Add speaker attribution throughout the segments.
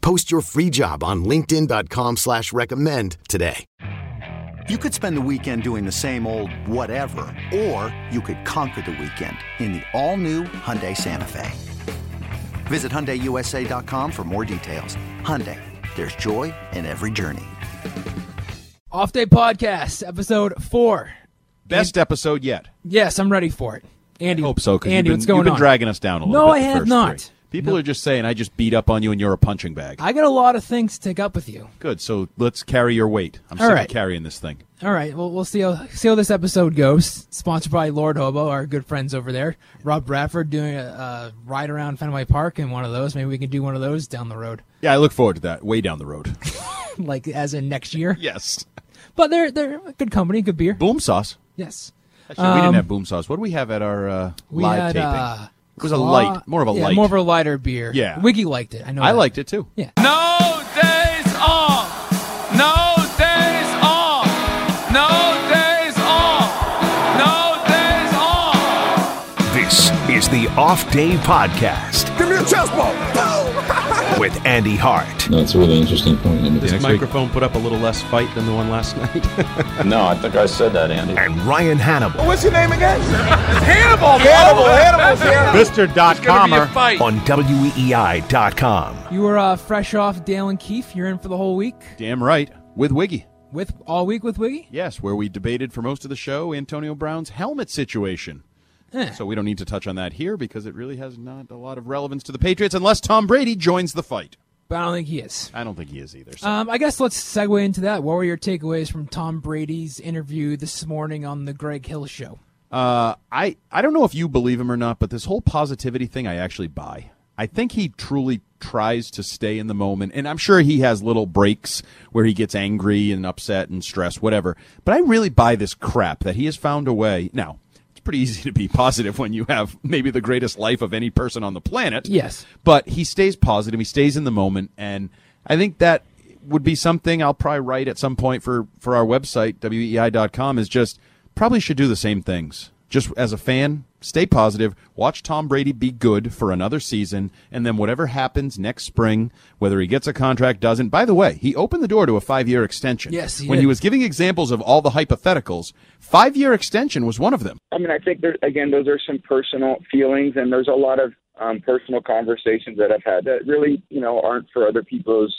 Speaker 1: Post your free job on linkedin.com/recommend slash recommend today.
Speaker 2: You could spend the weekend doing the same old whatever, or you could conquer the weekend in the all-new Hyundai Santa Fe. Visit HyundaiUSA.com for more details. Hyundai, there's joy in every journey.
Speaker 3: Off Day Podcast, episode four.
Speaker 4: Best episode yet.
Speaker 3: Yes, I'm ready for it. Andy,
Speaker 4: Hope so. 'cause
Speaker 3: Andy,
Speaker 4: you've been,
Speaker 3: what's going
Speaker 4: you've been
Speaker 3: on?
Speaker 4: dragging us down a little
Speaker 3: No,
Speaker 4: bit.
Speaker 3: I
Speaker 4: the
Speaker 3: have
Speaker 4: first
Speaker 3: not.
Speaker 4: three. People are just saying I just beat up on you and you're a punching bag.
Speaker 3: I got a lot of things to take up with you.
Speaker 4: Good. So let's carry your weight. I'm
Speaker 3: All
Speaker 4: sick
Speaker 3: right.
Speaker 4: of carrying this thing.
Speaker 3: All right, well, we'll see how see how this episode goes. Sponsored by Lord Hobo, our good friends over there. Rob Bradford doing a, a ride around Fenway Park in one of those. Maybe we can do one of those down the road,
Speaker 4: Yeah, I look forward to that. Way down the road.
Speaker 3: like as in next year.
Speaker 4: yes.
Speaker 3: But they're they're good company, good beer.
Speaker 4: Boom sauce.
Speaker 3: Yes,
Speaker 4: Actually, we didn't have boom sauce. What do we have at our uh,
Speaker 3: Um, we
Speaker 4: live
Speaker 3: had
Speaker 4: taping?
Speaker 3: uh,
Speaker 4: it was a
Speaker 3: Claw-
Speaker 4: light, more of a
Speaker 3: yeah,
Speaker 4: light.
Speaker 3: more of a lighter beer.
Speaker 4: Yeah.
Speaker 3: Wiki liked it. I know.
Speaker 4: I
Speaker 3: that.
Speaker 4: liked it too.
Speaker 3: Yeah.
Speaker 5: No days off. No days off. No days off. No days off.
Speaker 6: This is the Off Day Podcast. Give me a chest ball. with Andy Hart,
Speaker 7: No, it's a really interesting point. I mean,
Speaker 4: This microphone put up a little less fight than the one last night.
Speaker 7: no, I think I said that, Andy.
Speaker 6: and Ryan Hannibal
Speaker 5: What's your name again? It's Hannibal. Hannibal. Hannibal. Hannibal.
Speaker 4: Mr. Dot Comer.
Speaker 5: fight.
Speaker 6: on E WEEI.com.
Speaker 3: You were uh, fresh off Dale and Keefe. You're in for the whole week
Speaker 4: Damn right. With Wiggy.
Speaker 3: with all week with Wiggy.
Speaker 4: Yes, where we debated for most of the show Antonio Brown's helmet situation. So we don't need to touch on that here because it really has not a lot of relevance to the Patriots unless Tom Brady joins the fight.
Speaker 3: But I don't think he is.
Speaker 4: I don't think he is either. So.
Speaker 3: Um, I guess let's segue into that. What were your takeaways from Tom Brady's interview this morning on the Greg Hill Show?
Speaker 4: Uh, I I don't know if you believe him or not, but this whole positivity thing I actually buy. I think he truly tries to stay in the moment, and I'm sure he has little breaks where he gets angry and upset and stressed, whatever. But I really buy this crap that he has found a way. Now, it's pretty easy to be positive when you have maybe the greatest life of any person on the planet.
Speaker 3: Yes.
Speaker 4: But he stays positive. He stays in the moment, and I think that would be something I'll probably write at some point for for our website E weei.com. Is just probably should do the same things. Just as a fan, stay positive. Watch Tom Brady be good for another season, and then whatever happens next spring, whether he gets a contract, doesn't. By the way, he opened the door to a five year extension.
Speaker 3: Yes, he
Speaker 4: when
Speaker 3: did.
Speaker 4: he was giving examples of all the hypotheticals, five year extension was one of them.
Speaker 8: I mean, I think there, again, those are some personal feelings, and there's a lot of um, personal conversations that I've had that really, you know, aren't for other people's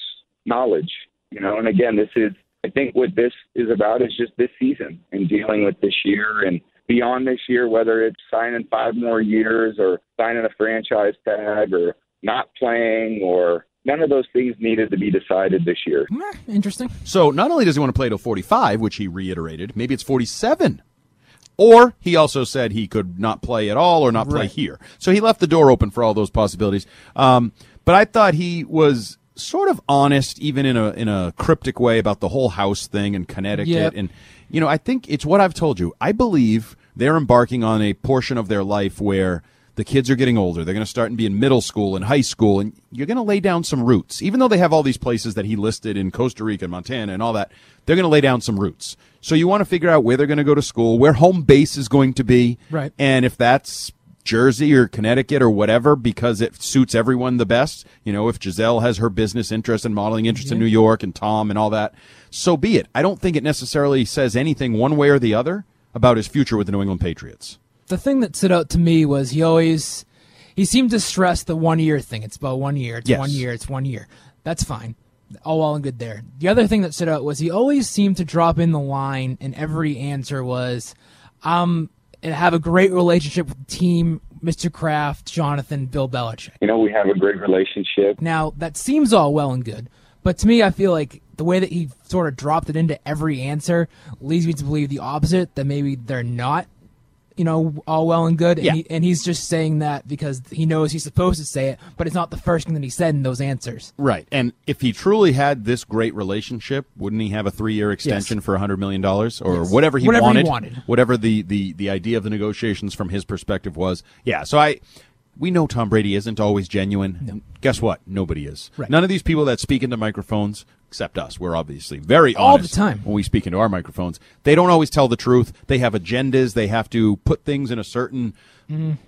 Speaker 8: knowledge. You know, and again, this is, I think, what this is about is just this season and dealing with this year and beyond this year, whether it's signing five more years or signing a franchise tag or not playing or none of those things needed to be decided this year.
Speaker 3: Meh, interesting.
Speaker 4: So not only does he want to play till 45, which he reiterated, maybe it's 47. Or he also said he could not play at all or not play here. So he left the door open for all those possibilities. Um, but I thought he was sort of honest, even in a in a cryptic way, about the whole house thing in Connecticut.
Speaker 3: Yep.
Speaker 4: And you know, I think it's what I've told you. I believe they're embarking on a portion of their life where the kids are getting older. They're going to start and be in middle school and high school, and you're going to lay down some roots. Even though they have all these places that he listed in Costa Rica and Montana and all that, they're going to lay down some roots. So you want to figure out where they're going to go to school, where home base is going to be,
Speaker 3: Right.
Speaker 4: And if that's Jersey or Connecticut or whatever, because it suits everyone the best. You know, if Giselle has her business interest and modeling interest in New York and Tom and all that, so be it. I don't think it necessarily says anything one way or the other about his future with the New England Patriots.
Speaker 3: The thing that stood out to me was he always he seemed to stress the one year thing. It's about one year. It's
Speaker 4: Yes.
Speaker 3: one year. It's one year. That's fine. All well and good there. The other thing that stood out was he always seemed to drop in the line, and every answer was, um, and have a great relationship with the team, Mr. Kraft, Jonathan, Bill Belichick.
Speaker 8: You know, we have a great relationship.
Speaker 3: Now, that seems all well and good, but to me, I feel like the way that he sort of dropped it into every answer leads me to believe the opposite that maybe they're not you know, all well and good. And,
Speaker 4: Yeah.
Speaker 3: he, and he's just saying that because he knows he's supposed to say it, but it's not the first thing that he said in those answers.
Speaker 4: Right. And if he truly had this great relationship, wouldn't he have a three year extension for $100 million or whatever,
Speaker 3: Whatever
Speaker 4: he,
Speaker 3: he
Speaker 4: wanted,
Speaker 3: wanted.
Speaker 4: Whatever the, the, the idea of the negotiations from his perspective was. Yeah. So I, we know Tom Brady isn't always genuine. Guess what? Nobody is.
Speaker 3: Right.
Speaker 4: None of these people that speak into microphones, except us, we're obviously very
Speaker 3: All the
Speaker 4: honest
Speaker 3: time.
Speaker 4: when we speak into our microphones. They don't always tell the truth. They have agendas. They have to put things in a certain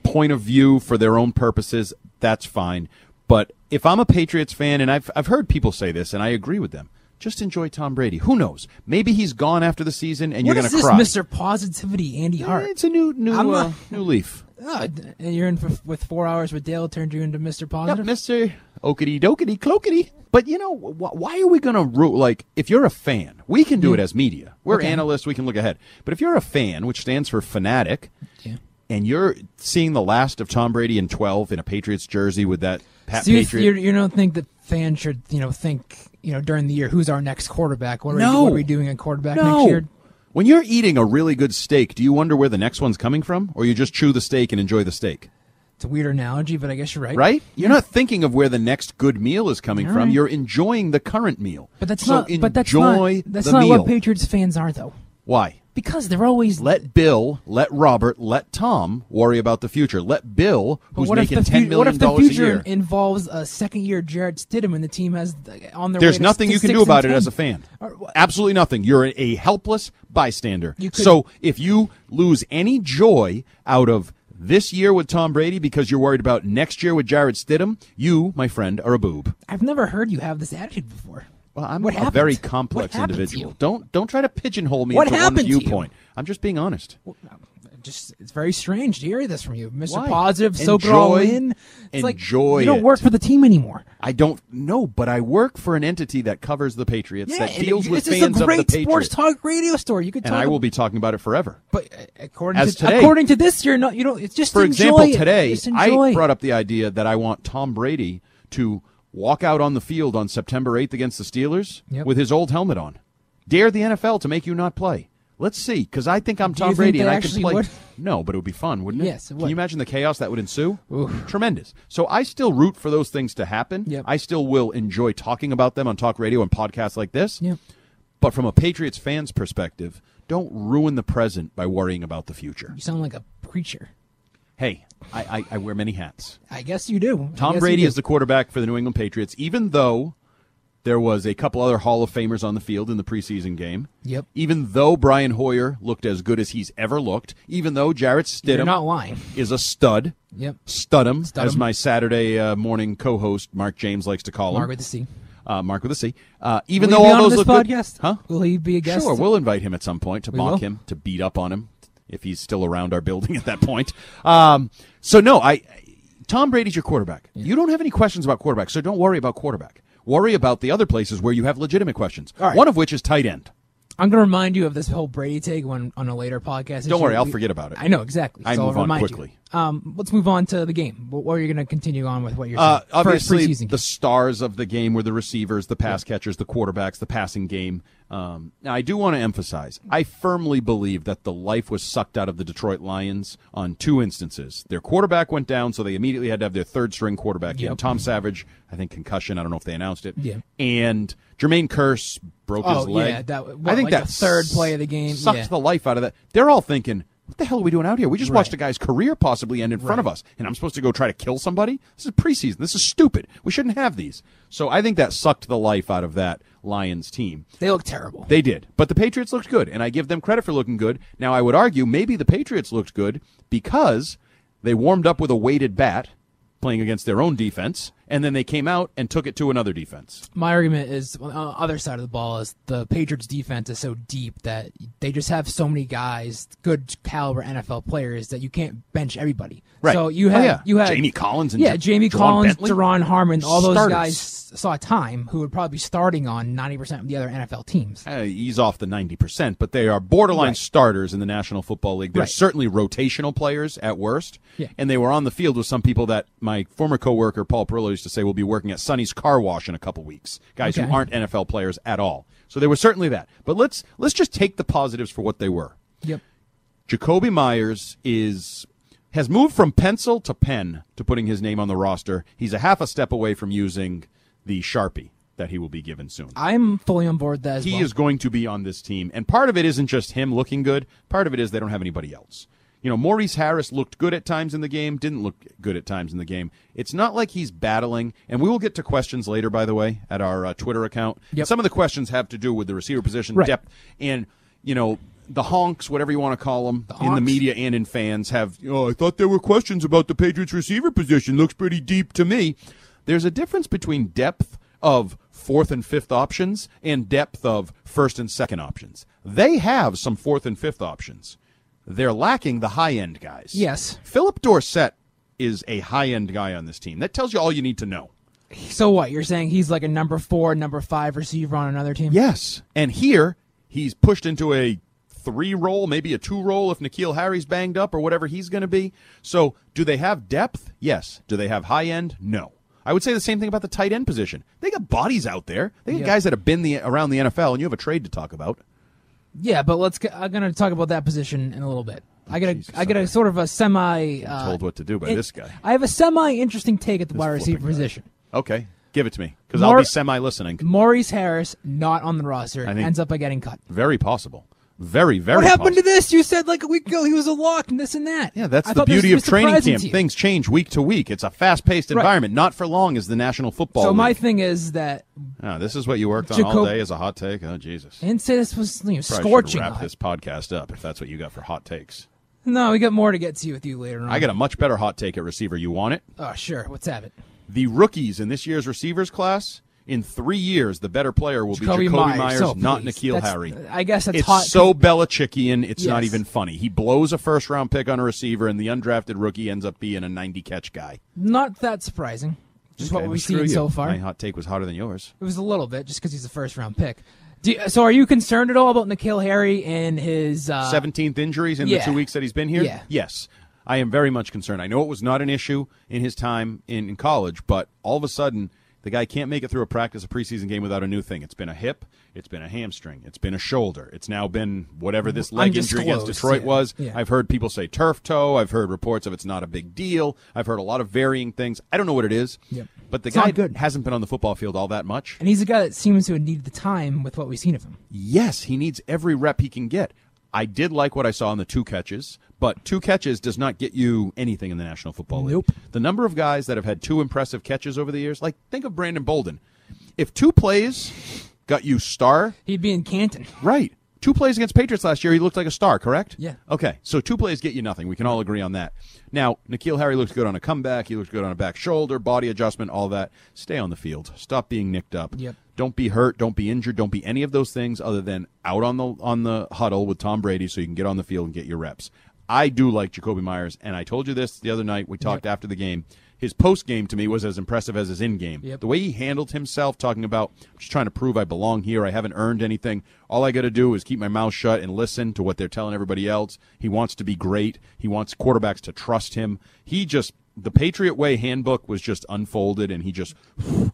Speaker 4: point of view for their own purposes. That's fine. But if I'm a Patriots fan, and I've, I've heard people say this, and I agree with them, just enjoy Tom Brady. Who knows? Maybe he's gone after the season, and
Speaker 3: What
Speaker 4: you're
Speaker 3: is
Speaker 4: going to cry.
Speaker 3: this, Mr. Positivity, Andy
Speaker 4: Eh,
Speaker 3: Hart?
Speaker 4: It's a new new
Speaker 3: I'm
Speaker 4: uh,
Speaker 3: not-
Speaker 4: new leaf.
Speaker 3: Oh, d- and you're in for, with four hours with Dale turned you into Mr.
Speaker 4: Yep,
Speaker 3: Positive.
Speaker 4: Mr. Okity Dokity Clokity. But you know, wh- why are we going to root? Like, if you're a fan, we can
Speaker 3: Mm.
Speaker 4: do it as media. We're analysts, we can look ahead. But if you're a fan, which stands for fanatic,
Speaker 3: Yeah.
Speaker 4: and you're seeing the last of Tom Brady in 12 in a Patriots jersey with that Pat
Speaker 3: So you,
Speaker 4: Patriot.
Speaker 3: you, you don't think that fans should, you know, think, you know, during the year, who's our next quarterback? What are, we,
Speaker 4: No.
Speaker 3: what are we doing at quarterback
Speaker 4: no.
Speaker 3: next year?
Speaker 4: When you're eating a really good steak, do you wonder where the next one's coming from? Or you just chew the steak and enjoy the steak?
Speaker 3: It's a weird analogy, but I guess you're right.
Speaker 4: Right? You're not thinking of where the next good meal is coming from.
Speaker 3: right.
Speaker 4: You're enjoying the current meal.
Speaker 3: But that's
Speaker 4: So
Speaker 3: not.
Speaker 4: Enjoy
Speaker 3: But that's not. That's
Speaker 4: the
Speaker 3: not
Speaker 4: meal.
Speaker 3: what Patriots fans are, though,
Speaker 4: Why?
Speaker 3: because they're always.
Speaker 4: Let Bill, let Robert, let Tom worry about the future. Let Bill,
Speaker 3: But
Speaker 4: who's
Speaker 3: what if
Speaker 4: making
Speaker 3: the fu-
Speaker 4: ten million
Speaker 3: what if the
Speaker 4: dollars a
Speaker 3: future
Speaker 4: year,
Speaker 3: involves a second-year Jared Stidham and the team has uh, on their? way
Speaker 4: there's
Speaker 3: to
Speaker 4: nothing
Speaker 3: s-
Speaker 4: you can do
Speaker 3: six
Speaker 4: about
Speaker 3: and
Speaker 4: it as a
Speaker 3: 10.
Speaker 4: fan.
Speaker 3: Or what-
Speaker 4: Absolutely nothing. You're a, a helpless bystander.
Speaker 3: You could-
Speaker 4: so if you lose any joy out of this year with Tom Brady because you're worried about next year with Jared Stidham, you, my friend, are a boob.
Speaker 3: I've never heard you have this attitude before.
Speaker 4: Well, I'm
Speaker 3: What
Speaker 4: a
Speaker 3: happened?
Speaker 4: very
Speaker 3: What
Speaker 4: complex
Speaker 3: happened to
Speaker 4: individual.
Speaker 3: you?
Speaker 4: Don't don't try to pigeonhole me
Speaker 3: What
Speaker 4: into one
Speaker 3: happened to you?
Speaker 4: viewpoint. I'm just being honest.
Speaker 3: Just it's very strange to hear this from you, Mr.
Speaker 4: Why?
Speaker 3: Positive. Soak it all
Speaker 4: Enjoy-
Speaker 3: in. It's like
Speaker 4: enjoy
Speaker 3: you don't
Speaker 4: it.
Speaker 3: work for the team anymore.
Speaker 4: I don't know, but I work for an entity that covers the Patriots, that
Speaker 3: and
Speaker 4: deals
Speaker 3: it-
Speaker 4: with
Speaker 3: this is
Speaker 4: fans
Speaker 3: a great
Speaker 4: of the
Speaker 3: sports
Speaker 4: Patriots,
Speaker 3: talk radio story. You could
Speaker 4: and
Speaker 3: talk
Speaker 4: I will
Speaker 3: ab-
Speaker 4: be talking about it forever.
Speaker 3: But uh, according
Speaker 4: As
Speaker 3: to
Speaker 4: today-
Speaker 3: according to this, you're not. You don't. It's just
Speaker 4: For
Speaker 3: enjoy
Speaker 4: example,
Speaker 3: it.
Speaker 4: today
Speaker 3: Just enjoy
Speaker 4: I
Speaker 3: it.
Speaker 4: brought up the idea that I want Tom Brady to walk out on the field on September 8th against the Steelers
Speaker 3: Yep.
Speaker 4: with his old helmet on. Dare the NFL to make you not play. Let's see, because I think I'm Tom
Speaker 3: you think
Speaker 4: Brady
Speaker 3: they
Speaker 4: and I can
Speaker 3: actually
Speaker 4: play.
Speaker 3: would?
Speaker 4: No, but it would be fun, wouldn't it?
Speaker 3: Yes, it
Speaker 4: Can
Speaker 3: would.
Speaker 4: you imagine the chaos that would ensue? Tremendous. So I still root for those things to happen.
Speaker 3: Yep.
Speaker 4: I still will enjoy talking about them on talk radio and podcasts like this.
Speaker 3: Yeah.
Speaker 4: But from a Patriots fan's perspective, don't ruin the present by worrying about the future.
Speaker 3: You sound like a preacher.
Speaker 4: Hey, I, I, I wear many hats.
Speaker 3: I guess you do. I
Speaker 4: Tom
Speaker 3: guess
Speaker 4: Brady
Speaker 3: you
Speaker 4: is
Speaker 3: do.
Speaker 4: the quarterback for the New England Patriots, even though there was a couple other Hall of Famers on the field in the preseason game.
Speaker 3: Yep.
Speaker 4: Even though Brian Hoyer looked as good as he's ever looked, even though Jarrett
Speaker 3: You're
Speaker 4: Stidham
Speaker 3: not lying.
Speaker 4: is a stud.
Speaker 3: Yep.
Speaker 4: Studham,
Speaker 3: Studham.
Speaker 4: as my Saturday uh, morning co-host Mark James likes to call him.
Speaker 3: Margaret the sea.
Speaker 4: Uh, Mark with a C. Uh, even
Speaker 3: Will
Speaker 4: though
Speaker 3: he be
Speaker 4: all
Speaker 3: on
Speaker 4: those
Speaker 3: this
Speaker 4: look
Speaker 3: podcast?
Speaker 4: good, huh?
Speaker 3: Will he be a guest?
Speaker 4: Sure, we'll invite him at some point to
Speaker 3: We
Speaker 4: mock
Speaker 3: will.
Speaker 4: him, to beat up on him if he's still around our building at that point. Um, so no, I Tom Brady's your quarterback. You don't have any questions about quarterback, so don't worry about quarterback. Worry about the other places where you have legitimate questions.
Speaker 3: All right.
Speaker 4: One of which is tight end.
Speaker 3: I'm going to remind you of this whole Brady take when, on a later podcast.
Speaker 4: Don't worry,
Speaker 3: issue.
Speaker 4: I'll
Speaker 3: We-
Speaker 4: forget about it.
Speaker 3: I know exactly.
Speaker 4: I
Speaker 3: so
Speaker 4: move
Speaker 3: I'll
Speaker 4: on
Speaker 3: remind you.
Speaker 4: quickly.
Speaker 3: Um, let's move on to the game. What, what are you going to continue on with? What you're saying?
Speaker 4: Uh,
Speaker 3: First
Speaker 4: obviously,
Speaker 3: preseason
Speaker 4: the stars of the game were the receivers, the pass catchers, the quarterbacks, the passing game. Um, now, I do want to emphasize, I firmly believe that the life was sucked out of the Detroit Lions on two instances. Their quarterback went down, so they immediately had to have their third string quarterback in.
Speaker 3: Yep.
Speaker 4: Tom Savage, I think concussion. I don't know if they announced it.
Speaker 3: Yeah.
Speaker 4: And Jermaine Curse broke
Speaker 3: Oh,
Speaker 4: his leg.
Speaker 3: yeah, that-
Speaker 4: I
Speaker 3: what, like
Speaker 4: think that
Speaker 3: the third
Speaker 4: s-
Speaker 3: play of the game?
Speaker 4: sucked
Speaker 3: Yeah.
Speaker 4: the life out of that. They're all thinking. What the hell are we doing out here? We just watched
Speaker 3: Right.
Speaker 4: a guy's career possibly end in front of us, and I'm supposed to go try to kill somebody? This is preseason. This is stupid. We shouldn't have these. So I think that sucked the life out of that Lions team.
Speaker 3: they look terrible.
Speaker 4: They did. But the Patriots looked good, and I give them credit for looking good. Now, I would argue maybe the Patriots looked good because they warmed up with a weighted bat playing against their own defense, and then they came out and took it to another defense.
Speaker 3: my argument is on the other side of the ball is the Patriots defense is so deep that they just have so many guys, good caliber NFL players that you can't bench everybody.
Speaker 4: Right.
Speaker 3: So you
Speaker 4: Oh,
Speaker 3: had
Speaker 4: yeah.
Speaker 3: you had
Speaker 4: Jamie Collins and
Speaker 3: yeah
Speaker 4: J-
Speaker 3: Jamie
Speaker 4: Jawan
Speaker 3: Collins,
Speaker 4: Bentley?
Speaker 3: Deron Harmon, all those
Speaker 4: Starters.
Speaker 3: guys saw time who would probably be starting on ninety percent of the other NFL teams.
Speaker 4: Uh, ease off the 90%, but they are borderline starters in the National Football League. They're
Speaker 3: Right.
Speaker 4: certainly rotational players at worst.
Speaker 3: Yeah.
Speaker 4: And they were on the field with some people that my former coworker Paul Perillo used to say will be working at Sonny's Car Wash in a couple weeks. Guys
Speaker 3: Okay.
Speaker 4: who aren't NFL players at all. So they were certainly that. But let's let's just take the positives for what they were.
Speaker 3: Yep.
Speaker 4: Jacoby Myers is has moved from pencil to pen to putting his name on the roster. He's a half a step away from using the Sharpie that he will be given soon.
Speaker 3: I'm fully on board with that as
Speaker 4: He
Speaker 3: well.
Speaker 4: is going to be on this team, and part of it isn't just him looking good. Part of it is they don't have anybody else. You know, Maurice Harris looked good at times in the game, didn't look good at times in the game. It's not like he's battling, and we will get to questions later, by the way, at our uh, Twitter account.
Speaker 3: Yep.
Speaker 4: Some of the questions have to do with the receiver position
Speaker 3: Right.
Speaker 4: depth and you know the honks, whatever you want to call them, in the
Speaker 3: honks?
Speaker 4: media and in fans have. Oh, I thought there were questions about the Patriots receiver position. Looks pretty deep to me. There's a difference between depth of fourth and fifth options and depth of first and second options. They have some fourth and fifth options. They're lacking the high end guys.
Speaker 3: Yes.
Speaker 4: Philip Dorsett is a high end guy on this team. That tells you all you need to know.
Speaker 3: So what? You're saying he's like a number four, number five receiver on another team?
Speaker 4: Yes. And here, he's pushed into a three roll, maybe a two roll if Nikhil Harry's banged up or whatever he's going to be. So, do they have depth? Yes. Do they have high end? No. I would say the same thing about the tight end position. They got bodies out there. They got
Speaker 3: Yeah.
Speaker 4: guys that have been the, around the NFL, and you have a trade to talk about.
Speaker 3: Yeah, but let's. Get, I'm gonna talk about that position in a little bit. I got a, I got a sort of a semi. Uh,
Speaker 4: told what to do by
Speaker 3: in-
Speaker 4: this guy.
Speaker 3: I have a semi interesting take at the wide
Speaker 4: flipping
Speaker 3: receiver
Speaker 4: guy.
Speaker 3: position.
Speaker 4: Okay. Give it to me because I'll
Speaker 3: Mar-
Speaker 4: be semi listening.
Speaker 3: Maurice Harris not on the roster
Speaker 4: think-
Speaker 3: ends up by getting cut.
Speaker 4: Very possible. Very, very
Speaker 3: What happened
Speaker 4: possible.
Speaker 3: to this? You said like a week ago he was a lock and this and that.
Speaker 4: Yeah, that's
Speaker 3: I
Speaker 4: the
Speaker 3: thought this
Speaker 4: beauty
Speaker 3: was
Speaker 4: of training
Speaker 3: surprising
Speaker 4: camp.
Speaker 3: to you.
Speaker 4: Things change week to week. It's a fast paced
Speaker 3: Right.
Speaker 4: environment, not for long as the National Football
Speaker 3: So my
Speaker 4: League.
Speaker 3: thing is that
Speaker 4: Ah, this is what you worked on all
Speaker 3: Jacob-
Speaker 4: day as a hot take. Oh Jesus!
Speaker 3: and say this was you know,
Speaker 4: Probably should
Speaker 3: scorching
Speaker 4: Wrap
Speaker 3: hot.
Speaker 4: this podcast up if that's what you got for hot takes.
Speaker 3: No, we got more to get to with you later on.
Speaker 4: I got a much better hot take at receiver. You want it?
Speaker 3: Oh sure, let's have it.
Speaker 4: The rookies in this year's receivers class. In three years, the better player will
Speaker 3: Jacoby
Speaker 4: be Jacoby
Speaker 3: Myers.
Speaker 4: Myers,
Speaker 3: So,
Speaker 4: not
Speaker 3: please.
Speaker 4: Nikhil
Speaker 3: That's-
Speaker 4: Harry.
Speaker 3: I guess that's
Speaker 4: it's
Speaker 3: hot-
Speaker 4: so Belichickian. It's not
Speaker 3: Yes.
Speaker 4: even funny. He blows a first round pick on a receiver, and the undrafted rookie ends up being a ninety catch guy.
Speaker 3: Not that surprising. Just
Speaker 4: Okay,
Speaker 3: what we've
Speaker 4: screw
Speaker 3: seen
Speaker 4: you.
Speaker 3: so far.
Speaker 4: My hot take was hotter than yours.
Speaker 3: It was a little bit, just because he's a first round pick. Do you- so, are you concerned at all about Nikhil Harry and his? Uh,
Speaker 4: seventeenth injuries in
Speaker 3: yeah.
Speaker 4: the two weeks that he's been here?
Speaker 3: Yeah.
Speaker 4: Yes. I am very much concerned. I know it was not an issue in his time in, in college, but all of a sudden the guy can't make it through a practice, a preseason game without a new thing. It's been a hip, it's been a hamstring, it's been a shoulder, it's now been whatever this leg injury against
Speaker 3: Undisclosed,
Speaker 4: Detroit
Speaker 3: yeah.
Speaker 4: was.
Speaker 3: Yeah.
Speaker 4: I've heard people say turf toe. I've heard reports of it's not a big deal. I've heard a lot of varying things. I don't know what it is,
Speaker 3: Yep.
Speaker 4: but the
Speaker 3: It's
Speaker 4: guy
Speaker 3: not good.
Speaker 4: hasn't been on the football field all that much.
Speaker 3: And he's a guy that seems to have needed the time with what we've seen of him.
Speaker 4: yes, he needs every rep he can get. I did like what I saw in the two catches, but two catches does not get you anything in the National Football League.
Speaker 3: Nope.
Speaker 4: The number of guys that have had two impressive catches over the years, like think of Brandon Bolden. If two plays got you star,
Speaker 3: He'd be in Canton.
Speaker 4: right. Two plays against Patriots last year, he looked like a star, correct?
Speaker 3: Yeah.
Speaker 4: Okay, so two plays get you nothing. We can all agree on that. Now, Nikhil Harry looks good on a comeback. He looks good on a back shoulder, body adjustment, all that. Stay on the field. Stop being nicked up.
Speaker 3: Yep.
Speaker 4: Don't be hurt. Don't be injured. Don't be any of those things other than out on the on the huddle with Tom Brady, so you can get on the field and get your reps. I do like Jacoby Myers, and I told you this the other night. We talked after the game. His post game to me was as impressive as his in game.
Speaker 3: Yep.
Speaker 4: The way he handled himself, talking about "I'm just trying to prove I belong here. I haven't earned anything. All I got to do is keep my mouth shut and listen to what they're telling everybody else. He wants to be great. He wants quarterbacks to trust him. He just the Patriot way handbook was just unfolded, and he just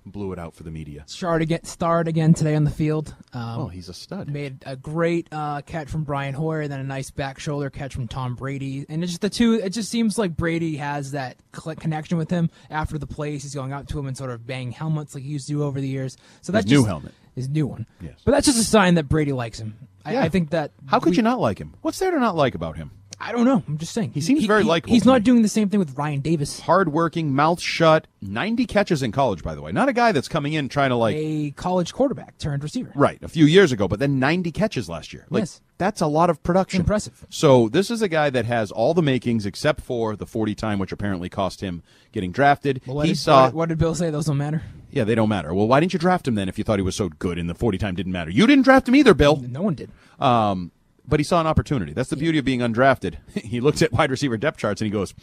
Speaker 4: blew it out for the media.
Speaker 3: Starred again, starred again today on the field. Um,
Speaker 4: Oh, he's a stud.
Speaker 3: made a great uh, catch from Brian Hoyer, then a nice back shoulder catch from Tom Brady, and it's just the two. It just seems like Brady has that cl- connection with him after the plays. He's going up to him and sort of bang helmets like he used to do over the years. So that's
Speaker 4: new
Speaker 3: just-
Speaker 4: helmet.
Speaker 3: his new one.
Speaker 4: Yes.
Speaker 3: but that's just a sign that Brady likes him. I, I think that
Speaker 4: How could
Speaker 3: we-
Speaker 4: you not like him? What's there to not like about him?
Speaker 3: I don't know. I'm just saying. He
Speaker 4: seems very likable
Speaker 3: He's
Speaker 4: to
Speaker 3: not
Speaker 4: me.
Speaker 3: doing the same thing with Ryan Davis.
Speaker 4: Hardworking, mouth shut, 90 catches in college, by the way. Not a guy that's coming in trying to like
Speaker 3: a college quarterback turned receiver.
Speaker 4: Right, a few years ago, but then 90 catches last year. Like,
Speaker 3: Yes.
Speaker 4: That's a lot of production.
Speaker 3: Impressive.
Speaker 4: So, this is a guy that has all the makings except for the 40 time, which apparently cost him getting drafted.
Speaker 3: Well, what
Speaker 4: he
Speaker 3: did,
Speaker 4: saw.
Speaker 3: what, what did Bill say? Those don't matter.
Speaker 4: Yeah, they don't matter. Well, why didn't you draft him then if you thought he was so good and the 40 time didn't matter? You didn't draft him either, Bill.
Speaker 3: No one did.
Speaker 4: Um, but he saw an opportunity. That's the beauty of being undrafted. he looked at wide receiver depth charts and he goes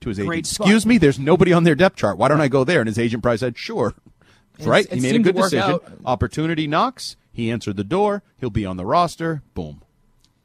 Speaker 4: to his agent,
Speaker 3: Great spot.
Speaker 4: "Excuse me, there's nobody on their depth chart. Why don't I go there?" And his agent probably said, "Sure."
Speaker 3: It's-
Speaker 4: right?
Speaker 3: it
Speaker 4: he made a
Speaker 3: seemed to
Speaker 4: good
Speaker 3: work
Speaker 4: decision.
Speaker 3: out.
Speaker 4: Opportunity knocks. He answered the door. He'll be on the roster. Boom.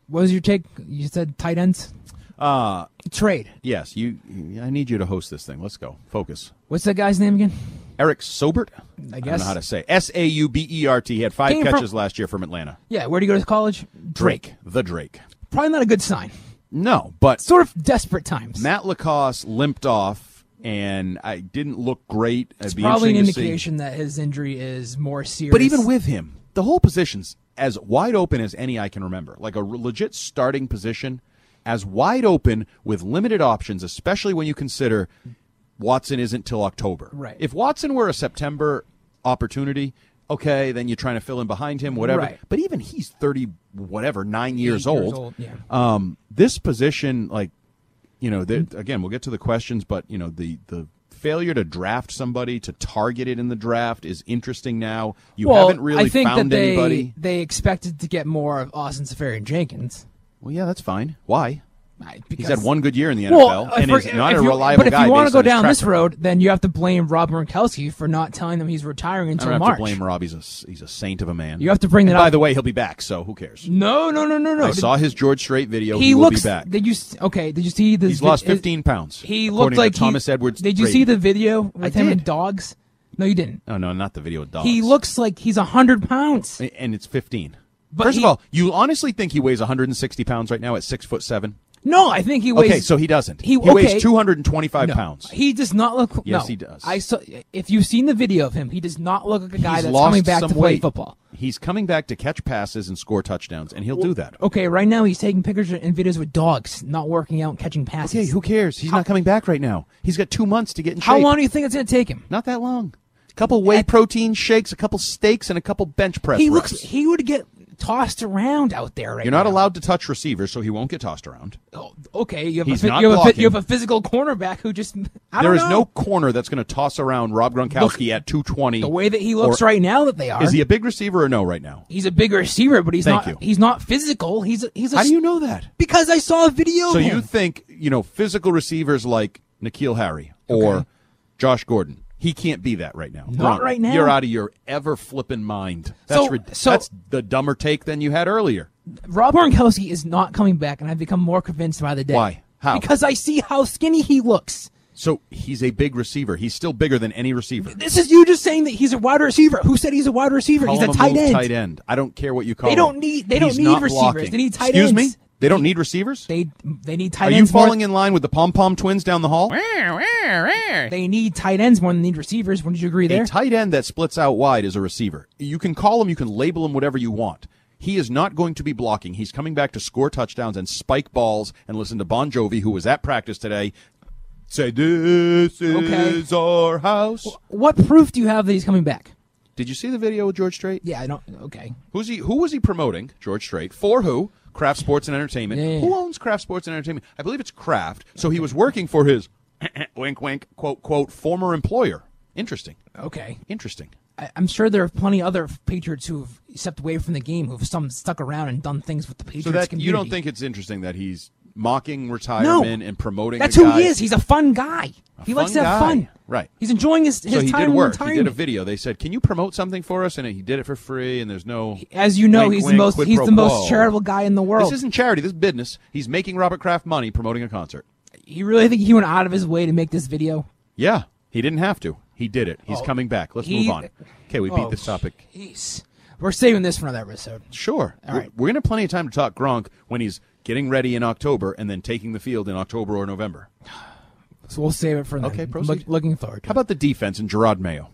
Speaker 3: What was your take? You said tight ends.
Speaker 4: Uh
Speaker 3: Trade.
Speaker 4: yes, you I need you to host this thing. Let's go. Focus.
Speaker 3: What's that guy's name again?
Speaker 4: Eric Sobert?
Speaker 3: I
Speaker 4: don't
Speaker 3: guess.
Speaker 4: know how to say. S A U B E R T. He had five
Speaker 3: Came from-
Speaker 4: catches last year from Atlanta.
Speaker 3: Yeah, where do you go to college?
Speaker 4: The Drake.
Speaker 3: Probably not a good sign.
Speaker 4: No, but
Speaker 3: sort of desperate times.
Speaker 4: Matt Lacoste limped off, and I didn't look great. It'd
Speaker 3: It's
Speaker 4: be
Speaker 3: probably an
Speaker 4: interesting to see.
Speaker 3: indication that his injury is more serious.
Speaker 4: But even with him, the whole position's as wide open as any I can remember. Like a r- legit starting position, as wide open with limited options, especially when you consider Watson isn't till October.
Speaker 3: Right.
Speaker 4: If Watson were a September opportunity, okay, then you're trying to fill in behind him, whatever.
Speaker 3: Right.
Speaker 4: But even he's 30, whatever, nine
Speaker 3: years
Speaker 4: years
Speaker 3: old,
Speaker 4: old.
Speaker 3: yeah.
Speaker 4: Um, this position, like, you know, there, again, we'll get to the questions, but you know, the the failure to draft somebody to target it in the draft is interesting now. You
Speaker 3: well,
Speaker 4: haven't really
Speaker 3: I think
Speaker 4: found
Speaker 3: that they,
Speaker 4: anybody.
Speaker 3: They expected to get more of Austin Safarian Jenkins.
Speaker 4: Well, yeah, that's fine. Why?
Speaker 3: I-
Speaker 4: He's
Speaker 3: because-
Speaker 4: had one good year in the NFL
Speaker 3: Well, uh, if
Speaker 4: and
Speaker 3: we're-
Speaker 4: is not
Speaker 3: if
Speaker 4: a
Speaker 3: you-
Speaker 4: reliable
Speaker 3: But if
Speaker 4: guy.
Speaker 3: you want to
Speaker 4: based
Speaker 3: go
Speaker 4: on his
Speaker 3: down
Speaker 4: track
Speaker 3: this
Speaker 4: record.
Speaker 3: road, then you have to blame Rob Gronkowski for not telling them he's retiring
Speaker 4: I
Speaker 3: until
Speaker 4: don't have
Speaker 3: March.
Speaker 4: to blame Rob. He's a, s- he's a saint of a man.
Speaker 3: You have to bring
Speaker 4: And
Speaker 3: that
Speaker 4: By
Speaker 3: up.
Speaker 4: the way, he'll be back, so who cares?
Speaker 3: No, no, no, no, no.
Speaker 4: I
Speaker 3: Did-
Speaker 4: saw his George Strait video.
Speaker 3: He,
Speaker 4: will
Speaker 3: looks.
Speaker 4: be back.
Speaker 3: Did you s- okay? Did you see the?
Speaker 4: He's lost
Speaker 3: his-
Speaker 4: 15 pounds,
Speaker 3: He
Speaker 4: according
Speaker 3: looked
Speaker 4: to
Speaker 3: like he-
Speaker 4: Thomas Edwards
Speaker 3: Did you
Speaker 4: Brady.
Speaker 3: see the video with
Speaker 4: I
Speaker 3: him and
Speaker 4: did.
Speaker 3: dogs? No, you didn't.
Speaker 4: oh no, not the video with dogs.
Speaker 3: He looks like he's hundred pounds.
Speaker 4: and it's 15.
Speaker 3: But
Speaker 4: First
Speaker 3: he-
Speaker 4: of all, you honestly think he weighs 160 pounds right now at six foot seven?
Speaker 3: No, I think he weighs.
Speaker 4: okay, so he doesn't.
Speaker 3: He, okay.
Speaker 4: weighs 225
Speaker 3: No,
Speaker 4: pounds.
Speaker 3: He does not look.
Speaker 4: Yes,
Speaker 3: no.
Speaker 4: he does.
Speaker 3: I saw. If you've seen the video of him, he does not look like a guy
Speaker 4: He's
Speaker 3: that's
Speaker 4: lost
Speaker 3: coming back
Speaker 4: some
Speaker 3: to play
Speaker 4: weight.
Speaker 3: football.
Speaker 4: He's coming back to catch passes and score touchdowns, and he'll do that.
Speaker 3: Okay, right now he's taking pictures and videos with dogs, not working out and catching passes.
Speaker 4: Okay, who cares? He's not coming back right now. He's got two months to get in
Speaker 3: How
Speaker 4: shape.
Speaker 3: long do you think it's going to take him?
Speaker 4: Not that long. A couple whey protein shakes, a couple steaks, and a couple bench press.
Speaker 3: he
Speaker 4: reps.
Speaker 3: looks. He would get tossed around out there right
Speaker 4: You're not
Speaker 3: now.
Speaker 4: allowed to touch receivers, so he won't get tossed around.
Speaker 3: Oh, okay, you have,
Speaker 4: He's
Speaker 3: a, phy-
Speaker 4: not
Speaker 3: you, have a, phy-
Speaker 4: blocking.
Speaker 3: you have a physical cornerback who just. I
Speaker 4: There
Speaker 3: don't
Speaker 4: is
Speaker 3: know.
Speaker 4: no corner that's going to toss around Rob Gronkowski at 220.
Speaker 3: the way that he looks right now that they are.
Speaker 4: Is he a big receiver or no right now?
Speaker 3: he's a big receiver, but he's
Speaker 4: Thank
Speaker 3: not.
Speaker 4: you.
Speaker 3: He's not physical. He's a, he's. A,
Speaker 4: How do you know that?
Speaker 3: Because I saw a video.
Speaker 4: So
Speaker 3: of
Speaker 4: you
Speaker 3: him.
Speaker 4: think you know physical receivers like Nikhil Harry or Josh Gordon? He can't be that right now.
Speaker 3: Not
Speaker 4: Wrong.
Speaker 3: right now.
Speaker 4: You're out of your ever flipping mind. That's
Speaker 3: So-
Speaker 4: rid-
Speaker 3: so-
Speaker 4: that's the dumber take than you had earlier.
Speaker 3: Rob Gronkowski is not coming back, and I've become more convinced by the day.
Speaker 4: Why? How?
Speaker 3: Because I see how skinny he looks.
Speaker 4: So he's a big receiver. He's still bigger than any receiver.
Speaker 3: This is you just saying that he's a wide receiver. Who said he's a wide receiver?
Speaker 4: Call
Speaker 3: he's
Speaker 4: him
Speaker 3: a tight
Speaker 4: move
Speaker 3: end.
Speaker 4: Tight end. I don't care what you call.
Speaker 3: They don't
Speaker 4: him.
Speaker 3: need- they don't
Speaker 4: He's
Speaker 3: need
Speaker 4: not
Speaker 3: receivers.
Speaker 4: blocking.
Speaker 3: They need tight
Speaker 4: Excuse
Speaker 3: ends.
Speaker 4: me. They don't need receivers.
Speaker 3: They they need tight
Speaker 4: Are you
Speaker 3: ends. more-
Speaker 4: falling in line with the pom pom twins down the hall?
Speaker 3: They need tight ends more than they need receivers. Wouldn't you agree there?
Speaker 4: A tight end that splits out wide is a receiver. You can call him, you can label him whatever you want. He is not going to be blocking. He's coming back to score touchdowns and spike balls and listen to Bon Jovi, who was at practice today, say, This
Speaker 3: Okay.
Speaker 4: is our house.
Speaker 3: what proof do you have that he's coming back?
Speaker 4: Did you see the video with George Strait?
Speaker 3: Yeah, I don't. Okay.
Speaker 4: Who's he, who was he promoting, George Strait? For who? Kraft Sports and Entertainment.
Speaker 3: Yeah.
Speaker 4: Who owns Kraft Sports and Entertainment? I believe it's Kraft. So he was working for his, wink, wink, quote, quote, former employer. Interesting.
Speaker 3: Okay.
Speaker 4: Interesting.
Speaker 3: I, I'm sure there are plenty other Patriots who've stepped away from the game, who've some stuck around and done things with the Patriots
Speaker 4: So that
Speaker 3: community.
Speaker 4: you don't think it's interesting that he's mocking retirement and promoting.
Speaker 3: That's
Speaker 4: a
Speaker 3: who
Speaker 4: guy.
Speaker 3: he is. He's a fun guy. he likes
Speaker 4: fun
Speaker 3: to have
Speaker 4: guy.
Speaker 3: fun.
Speaker 4: Right.
Speaker 3: He's enjoying his, his
Speaker 4: so he
Speaker 3: time
Speaker 4: did
Speaker 3: in
Speaker 4: work. He
Speaker 3: retirement.
Speaker 4: did a video. They said, "Can you promote something for us?" And he did it for free. And there's no.
Speaker 3: As you know,
Speaker 4: wink,
Speaker 3: he's the
Speaker 4: wink,
Speaker 3: most
Speaker 4: quid
Speaker 3: he's
Speaker 4: pro
Speaker 3: the most
Speaker 4: quo.
Speaker 3: charitable guy in the world.
Speaker 4: This isn't charity. This is business. He's making Robert Kraft money promoting a concert.
Speaker 3: you really think he went out of his way to make this video?
Speaker 4: Yeah, he didn't have to. He did it. He's coming back. Let's
Speaker 3: Oh. he-
Speaker 4: move on. Okay, we beat
Speaker 3: Oh,
Speaker 4: this topic.
Speaker 3: Jeez. We're saving this for another episode.
Speaker 4: Sure.
Speaker 3: All right.
Speaker 4: We're, we're gonna have plenty of time to talk Gronk when he's getting ready in October and then taking the field in October or November.
Speaker 3: So we'll save it for then.
Speaker 4: Okay,
Speaker 3: Look-
Speaker 4: proceed.
Speaker 3: looking forward to
Speaker 4: How about the defense and Gerard Mayo?
Speaker 3: it.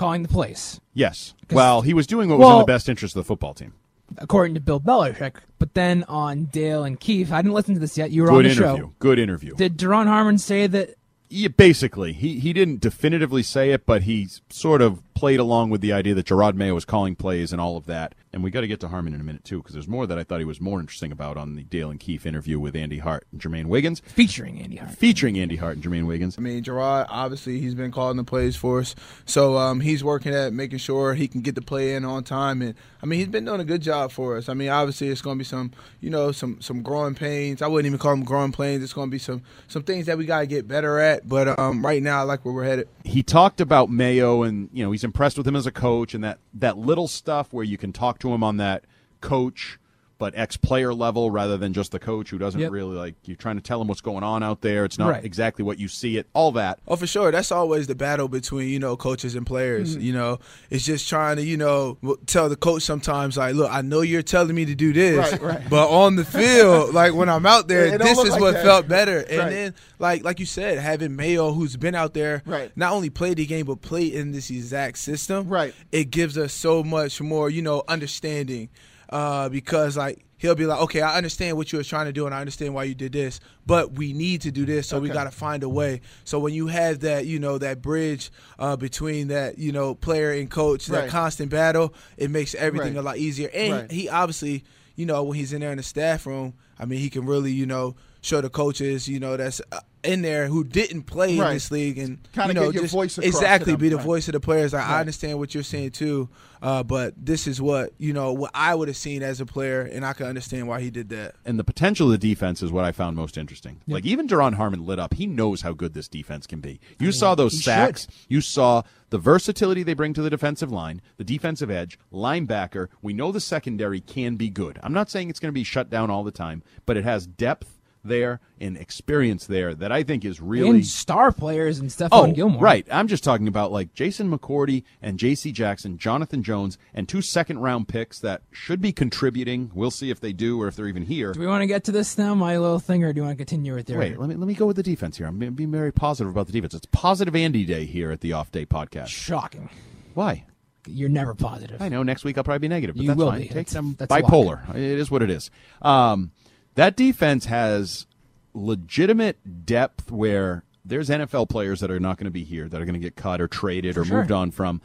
Speaker 3: calling the place,
Speaker 4: Yes. Well, he was doing what was
Speaker 3: Well-
Speaker 4: in the best interest of the football team.
Speaker 3: according to Bill Belichick. But then on Dale and Keith, I didn't listen to this yet. You were on
Speaker 4: Good
Speaker 3: the
Speaker 4: interview.
Speaker 3: show.
Speaker 4: Good interview.
Speaker 3: Did Daron Harmon say that?
Speaker 4: yeah, basically, he he didn't definitively say it, but he s- sort of played along with the idea that Gerard Mayo was calling plays and all of that. And we got to get to Harmon in a minute too, because there's more that I thought he was more interesting about on the Dale and Keefe interview with Andy Hart and Jermaine Wiggins,
Speaker 3: Featuring Andy Harmon.
Speaker 4: featuring Andy Hart and Jermaine Wiggins.
Speaker 9: I mean, Gerard, obviously, he's been calling the plays for us. So um, he's working at making sure he can get the play in on time. And, I mean, he's been doing a good job for us. I mean, obviously, it's going to be some, you know, some, some growing pains. I wouldn't even call them growing pains. It's going to be some, some things that we got to get better at. But um, right now, I like where we're headed.
Speaker 4: he talked about Mayo and you know he's impressed with him as a coach and that that little stuff where you can talk to him on that coach but ex player level rather than just the coach who doesn't
Speaker 9: Yep.
Speaker 4: really like you're trying to tell him what's going on out there. It's not
Speaker 9: Right.
Speaker 4: exactly what you see it. All that.
Speaker 9: Oh, for sure. That's always the battle between you know coaches and players.
Speaker 4: Mhm.
Speaker 9: You know, it's just trying to you know w- tell the coach sometimes like, look, I know you're telling me to do this,
Speaker 10: Right, right.
Speaker 9: but on the field, like when I'm out there,
Speaker 10: It don't
Speaker 9: this
Speaker 10: look
Speaker 9: is
Speaker 10: like
Speaker 9: what
Speaker 10: that.
Speaker 9: felt better. And
Speaker 10: Right.
Speaker 9: then, like like you said, having Mayo, who's been out there,
Speaker 10: Right.
Speaker 9: not only played the game but played in this exact system, right? It gives us so much more, you know, understanding, uh, because like. He'll be like, okay, I understand what you were trying to do, and I understand why you did this, but we need to do this, so we
Speaker 10: Okay.
Speaker 9: got to find a way. So when you have that, you know, that bridge uh, between that, you know, player and coach,
Speaker 10: Right.
Speaker 9: that constant battle, it makes everything
Speaker 10: Right.
Speaker 9: a lot easier. And
Speaker 10: Right.
Speaker 9: he obviously, you know, when he's in there in the staff room, I mean, he can really, you know, show the coaches, you know, that's uh, in there who didn't play
Speaker 10: Right.
Speaker 9: in this league and
Speaker 10: Kinda
Speaker 9: you know,
Speaker 10: get your
Speaker 9: just
Speaker 10: voice across to
Speaker 9: exactly
Speaker 10: them.
Speaker 9: be the
Speaker 10: Right.
Speaker 9: voice of the players. Like,
Speaker 10: Right.
Speaker 9: I understand what you're saying too, uh, but this is what you know what I would have seen as a player, and I can understand why he did that.
Speaker 4: And the potential of the defense is what I found most interesting.
Speaker 9: Yeah.
Speaker 4: Like even Daron Harmon lit up. He knows how good this defense can be. You saw those
Speaker 9: he
Speaker 4: sacks. You saw the versatility they bring to the defensive line, the defensive edge, linebacker. We know the secondary can be good. I'm not saying it's going to be shut down all the time, but it has depth there and experience there that I think is really Oh,
Speaker 3: and star players and Stephon Gilmore.
Speaker 4: Right. I'm just talking about like Jason McCourty and JC Jackson, Jonathan Jones, and two second round picks that should be contributing. We'll see if they do or if they're even here.
Speaker 3: Do we want to get to this now, my little thing, or do you want to continue with your?
Speaker 4: Wait, let me let me go with the defense here. I'm being- being very positive about the defense. It's positive Andy Day here at the Off Day Podcast.
Speaker 3: Shocking.
Speaker 4: Why?
Speaker 3: You're never positive.
Speaker 4: I know. Next week I'll probably be negative, but
Speaker 3: You
Speaker 4: that's
Speaker 3: will
Speaker 4: fine.
Speaker 3: be.
Speaker 4: Take
Speaker 3: That's-
Speaker 4: them
Speaker 3: that's
Speaker 4: bipolar. It is what it is. Um, that defense has legitimate depth where there's NFL players that are not going to be here, that are going to get cut or traded or
Speaker 10: sure.
Speaker 4: moved on from,